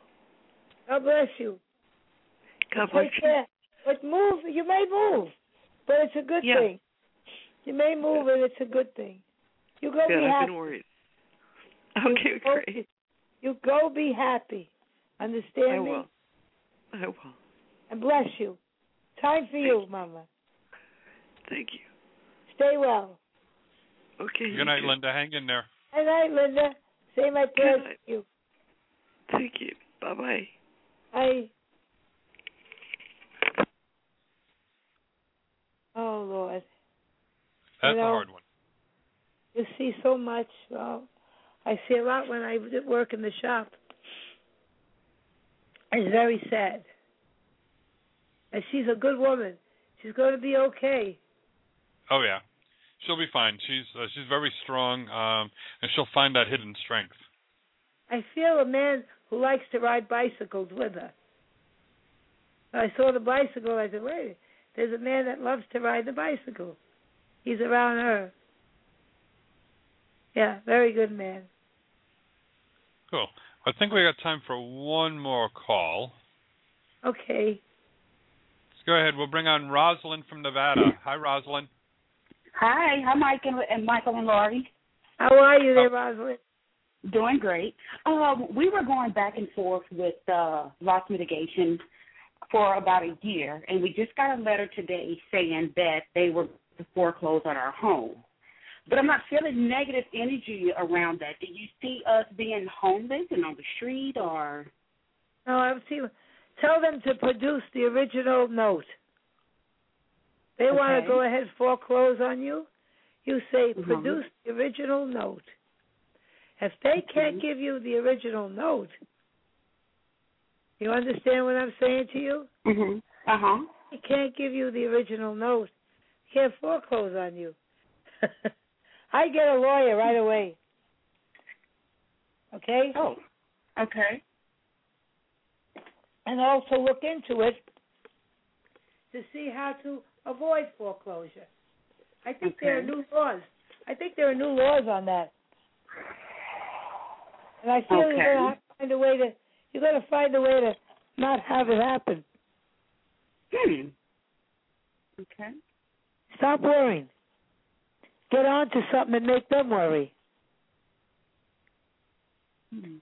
God bless you. God bless Take you. care. But move. You may move, but it's a good Yeah. thing. You may move, and it's a good thing. You go Good. be I've happy. been worried. Okay. Go- Great. You go be happy. Understand I me? will. I will. And bless you. Time for you, Mama. Thank you. Stay well. Okay. you Good night, too. Linda. Hang in there. Good night, Linda. Say my prayers night. to you. Thank you. Bye bye. Bye. Oh Lord. That's You a know- hard one. You see so much. Well, I see a lot when I did work in the shop. It's very sad. And she's a good woman. She's going to be okay. Oh yeah, she'll be fine. She's uh, she's very strong, um, and she'll find that hidden strength. I feel a man who likes to ride bicycles with her. I saw the bicycle. I said, wait, a minute, there's a man that loves to ride the bicycle. He's around her. Yeah, very good man. Cool. I think we got time for one more call. Okay. Go ahead. We'll bring on Rosalind from Nevada. Hi, Rosalind. Hi, hi, Mike and, and Michael and Laurie. How are you there, Rosalind? Doing great. Um, we were going back and forth with uh, loss mitigation for about a year, and we just got a letter today saying that they were to foreclose on our home. But I'm not feeling negative energy around that. Do you see us being homeless and on the street, or No, I'm seeing. Tell them to produce the original note. They want Okay. to go ahead foreclose on you. You say produce the original note. If they can't give you the original note, you understand what I'm saying to you? Mhm. Uh huh. They can't give you the original note. Can't foreclose on you. I get a lawyer right away. Okay. Oh. Okay. And also look into it to see how to avoid foreclosure. I think there are Okay. new laws. I think there are new laws on that. And I feel Okay. you're gonna have to find a way to you're gonna find a way to not have it happen. Hmm. Okay. Stop worrying. Get on to something and make them worry.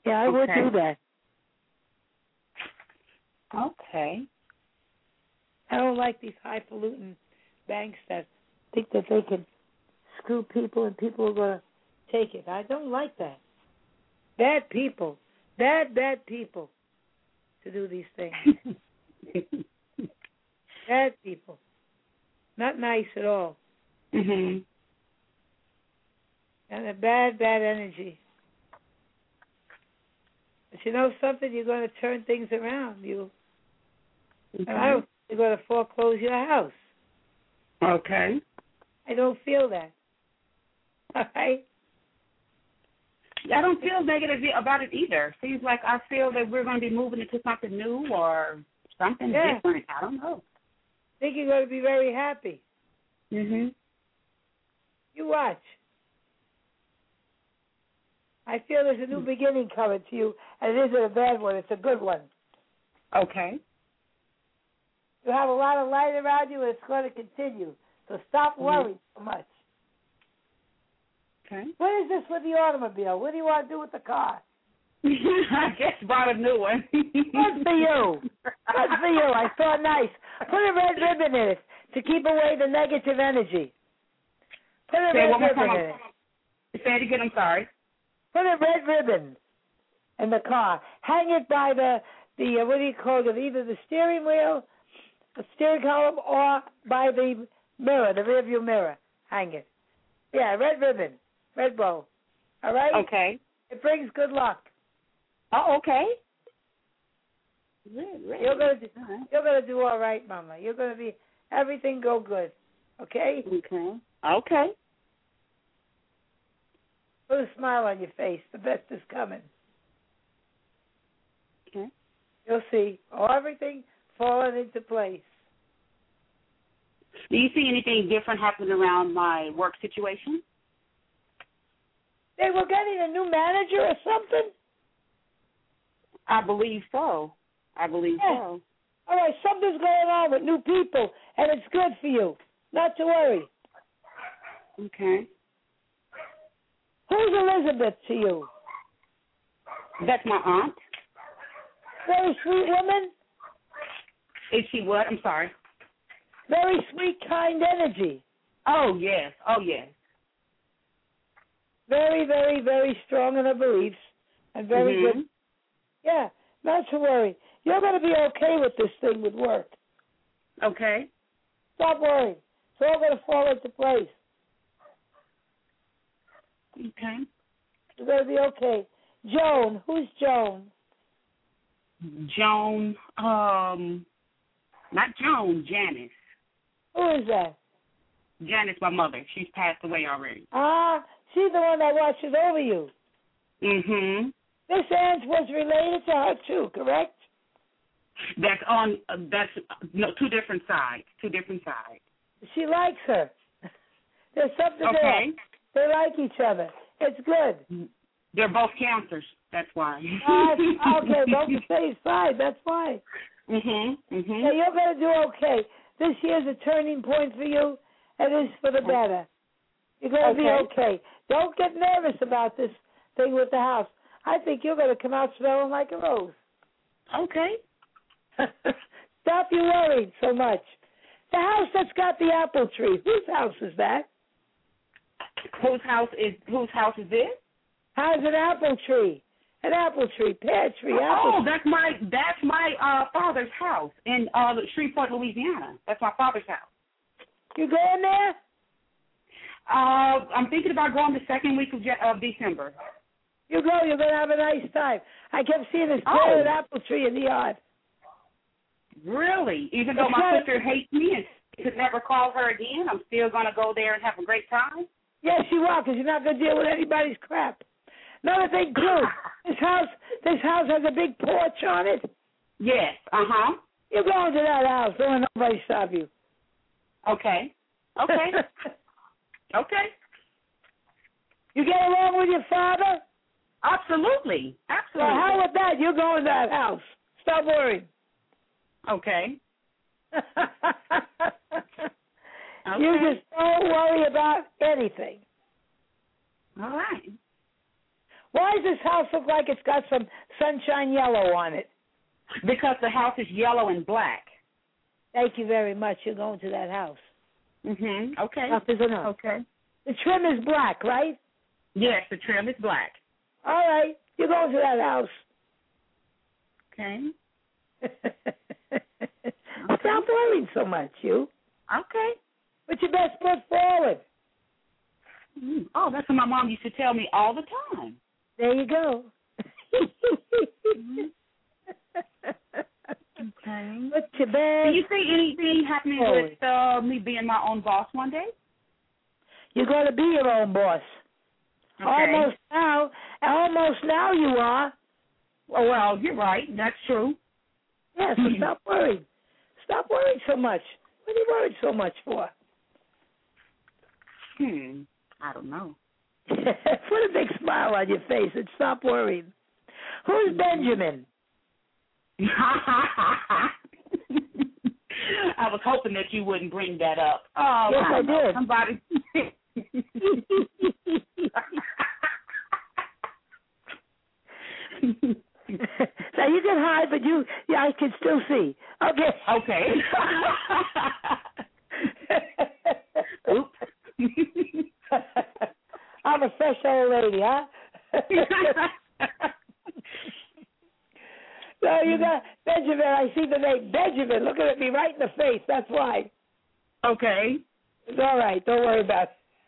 Yeah, I would Okay. do that. Okay. I don't like these highfalutin banks that think that they can screw people and people are going to take it. I don't like that. Bad people, bad bad people, to do these things. bad people, not nice at all, Mhm. and a bad bad energy. But you know something? You're going to turn things around. You, and I don't. You're going to foreclose your house. Okay. I don't feel that. All right. I don't feel negative about it either. Seems like I feel that we're going to be moving into something new or something Yeah. different. I don't know. think you're going to be very happy. Mhm. You watch. I feel there's a Hmm. new beginning coming to you, and it isn't a bad one. It's a good one. Okay. You have a lot of light around you, and it's going to continue. So stop worrying so much. Mm-hmm. Okay. What is this with the automobile? What do you want to do with the car? I just bought a new one. Good for you. Good for you. I saw nice. Put a red ribbon in it to keep away the negative energy. Put a Say it red one more ribbon time. in it. Say it again. I'm sorry. Put a red ribbon in the car. Hang it by the the uh, what do you call it? Either the steering wheel, the steering column, or by the mirror, the rearview mirror. Hang it. Yeah, red ribbon, red bow. All right. Okay. It brings good luck. Oh, okay. You're gonna do, uh-huh. you're gonna do all right, Mama. You're gonna be everything go good. Okay. Okay. Okay. Put a smile on your face. The best is coming. Okay. You'll see. Oh, everything falling into place. Do you see anything different happen around my work situation? They were getting a new manager or something. I believe so. I believe Yeah. so. All right, something's going on with new people, and it's good for you. Not to worry. Okay. Who's Elizabeth to you? That's my aunt. Very sweet woman, Is she what? I'm sorry. very sweet, kind energy. Oh yes. Oh yes. Very, very, very strong in her beliefs, and very Mhm. good. Yeah, not to worry. You're going to be okay with this thing with work. Okay. Stop worrying. It's all going to fall into place. Okay. You're going to be okay. Joan, who's Joan? Joan. Um. Not Joan. Janice. Who is that? Janice, my mother. She's passed away already. Ah, she's the one that watches over you. Mm-hmm. This aunt was related to her too, correct? That's on. Uh, that's uh, no two different sides. Two different sides. She likes her. There's something Okay. there. They like each other. It's good. They're both cancers. That's why. Uh, okay, both the same side. That's why. Mhm. Mhm. So you're going to do okay. This year's a turning point for you, and it's for the better. You're going to Okay. be okay. Don't get nervous about this thing with the house. I think you're going to come out smelling like a rose. Okay. Stop you worrying so much. The house that's got the apple tree. Whose house is that? Whose house is whose house is this? How's an apple tree? An apple tree, pear tree, apple Oh, tree. that's my that's my uh father's house in uh Shreveport, Louisiana. That's my father's house. You going there? Uh, I'm thinking about going the second week of, Je- of December. You go, you're going to have a nice time. I kept seeing this pear Oh. and apple tree in the yard. Really? Even though It's my not- sister hates me and could never call her again, I'm still gonna go there and have a great time. Yes, you are, because you're not going to deal with anybody's crap. Another thing too, this house, this house has a big porch on it. Yes. Uh huh. You're going to that house. Don't let nobody stop you. Okay. Okay. okay. You get along with your father? Absolutely. Well, Absolutely. how with that? You're going to that house. Stop worrying. okay. You Okay. just don't worry about anything. All right. Why does this house look like it's got some sunshine yellow on it? Because the house is yellow and black. Thank you very much. You're going to that house. Mhm. Okay. Enough is enough. Okay. The trim is black, right? Yes, the trim is black. All right. You're going to that house. Okay. Stop worrying so much, you. Okay. Put your best foot forward. Mm. Oh, that's what my mom used to tell me all the time. There you go. Okay. Put your Do you best. Oh, see anything happening Forward. with uh, me being my own boss one day? You're going to be your own boss. Okay. Almost now. Almost now you are. Well, Oh, well, you're right. That's true. Yes. so stop worrying. Stop worrying so much. What are you worried so much for? Hmm. I don't know. Put a big smile on your face and stop worrying. Who's Benjamin? I was hoping that you wouldn't bring that up. Oh, Yes, I don't know. did. Somebody. now you can hide, but you, yeah, I can still see. Okay. okay. Oop. I'm a fresh old lady, huh? no, you got Benjamin. I see the name Benjamin looking at me right in the face. That's why. okay. It's all right. Don't worry about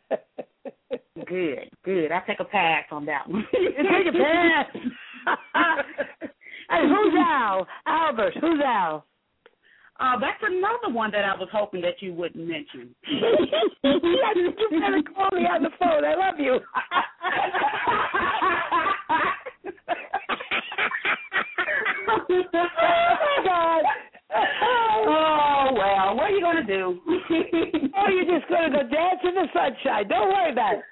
it. Good. Good. I take a pass on that one. Take a pass. and who's Al? Albert. Who's Al? Uh, that's another one that I was hoping that you wouldn't mention. you better call me on the phone. I love you. oh my God. oh well, what are you gonna do? Oh, you're just gonna go dance in the sunshine. Don't worry about it.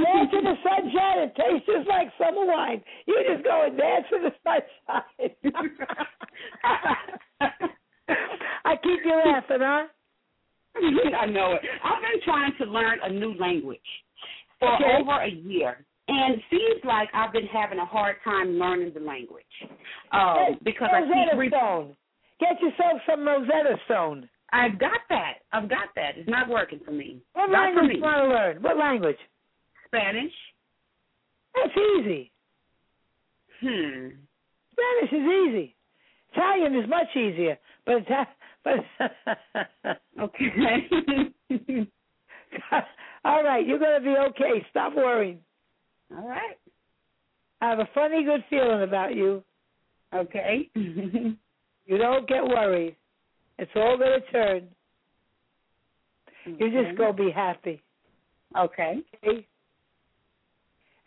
Dance in the sunshine. It tastes just like summer wine. You just go and dance in the sunshine. I keep you laughing, huh? I know it. I've been trying to learn a new language for Okay. over a year, and seems like I've been having a hard time learning the language um, because I Rosetta keep re- Stone. Get yourself some Rosetta Stone. I've got that. I've got that. It's not working for me. What not for language me. you want to learn? What language? Spanish. That's easy. Hmm. Spanish is easy. Italian is much easier, but Ita- but Okay. all right, you're gonna be okay. Stop worrying. All right. I have a funny good feeling about you. Okay. You don't get worried. It's all gonna turn. You just go be happy Okay. okay?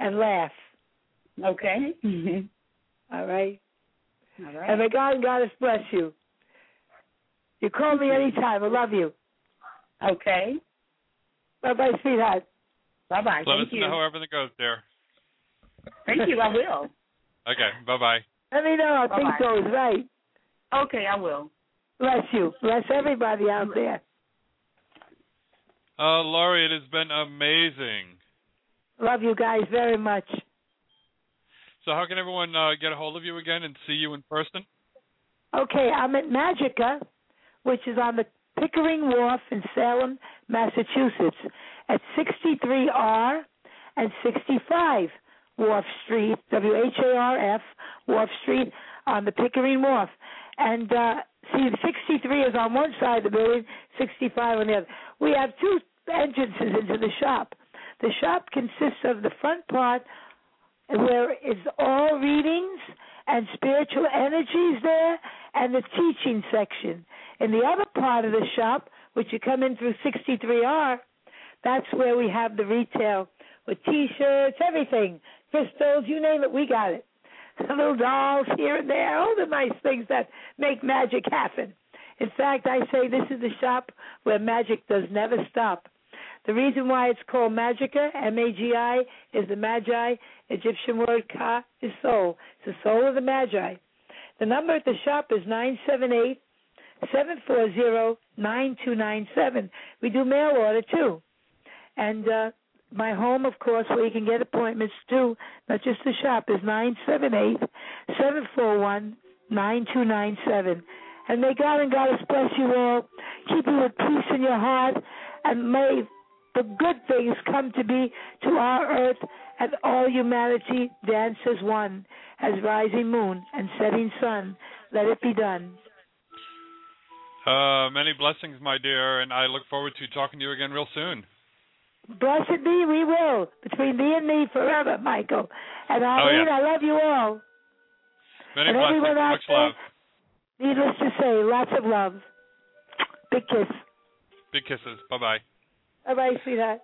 and laugh. Okay. Mhm. All right. All right. And may God and Goddess bless you. You call me anytime. I love you. Okay. Bye bye, sweetheart. Bye bye. Let us Thank you. know how everything goes there. Thank you. I will. Okay. Bye bye. Let me know. I think Bye-bye. so is right. Okay, I will. Bless you. Bless everybody out there. Uh, Laurie, it has been amazing. Love you guys very much. So, how can everyone uh, get a hold of you again and see you in person? Okay, I'm at Magica, which is on the Pickering Wharf in Salem, Massachusetts, at 63R and 65 Wharf Street, W H A R F, Wharf Street, on the Pickering Wharf. And uh, see, 63 is on one side of the building, 65 on the other. We have two entrances into the shop. The shop consists of the front part where it's all readings and spiritual energies there and the teaching section. In the other part of the shop, which you come in through 63R, that's where we have the retail with t shirts, everything, crystals, you name it, we got it. Little dolls here and there, all the nice things that make magic happen. In fact, I say this is the shop where magic does never stop. The reason why it's called Magica, M A G I, is the Magi, Egyptian word Ka is soul. It's the soul of the Magi. The number at the shop is 978 740 9297. We do mail order too. And uh, my home, of course, where you can get appointments too, not just the shop, is 978 741 9297. And may God and Goddess bless you all, keep you with peace in your heart, and may the good things come to be to our earth and all humanity dance as one, as rising moon and setting sun. Let it be done. Uh, many blessings, my dear, and I look forward to talking to you again real soon. Blessed be, we will, between thee and me forever, Michael. And Eileen, yeah. I love you all. Many And blessings. everyone out Much there- love. Needless to say, lots of love. Big kiss. Big kisses. Bye bye. Bye bye, sweetheart.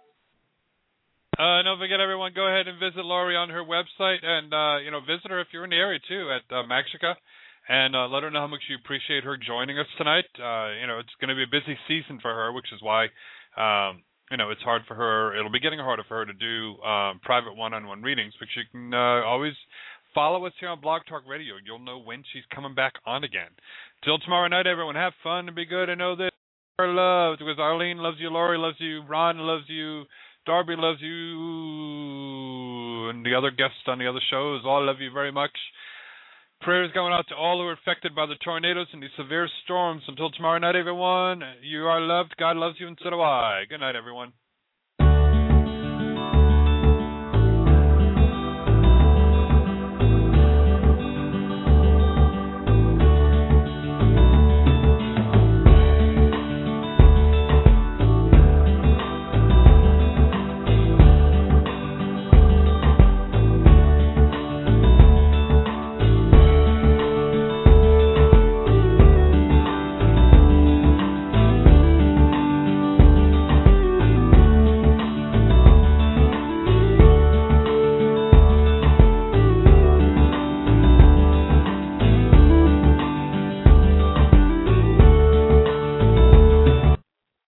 Uh, don't forget, everyone, go ahead and visit Laurie on her website, and uh, you know, visit her if you're in the area too at uh, Maxica, and uh, let her know how much you appreciate her joining us tonight. Uh, you know, it's going to be a busy season for her, which is why, um, you know, it's hard for her. It'll be getting harder for her to do um, private one-on-one readings, but you can uh, always follow us here on Blog Talk Radio. You'll know when she's coming back on again. Till tomorrow night, everyone, have fun and be good. And know that you're loved because Arlene loves you, Laurie loves you, Ron loves you. Darby loves you, and the other guests on the other shows all love you very much. Prayers going out to all who are affected by the tornadoes and the severe storms. Until tomorrow night, everyone, you are loved. God loves you, and so do I. Good night, everyone.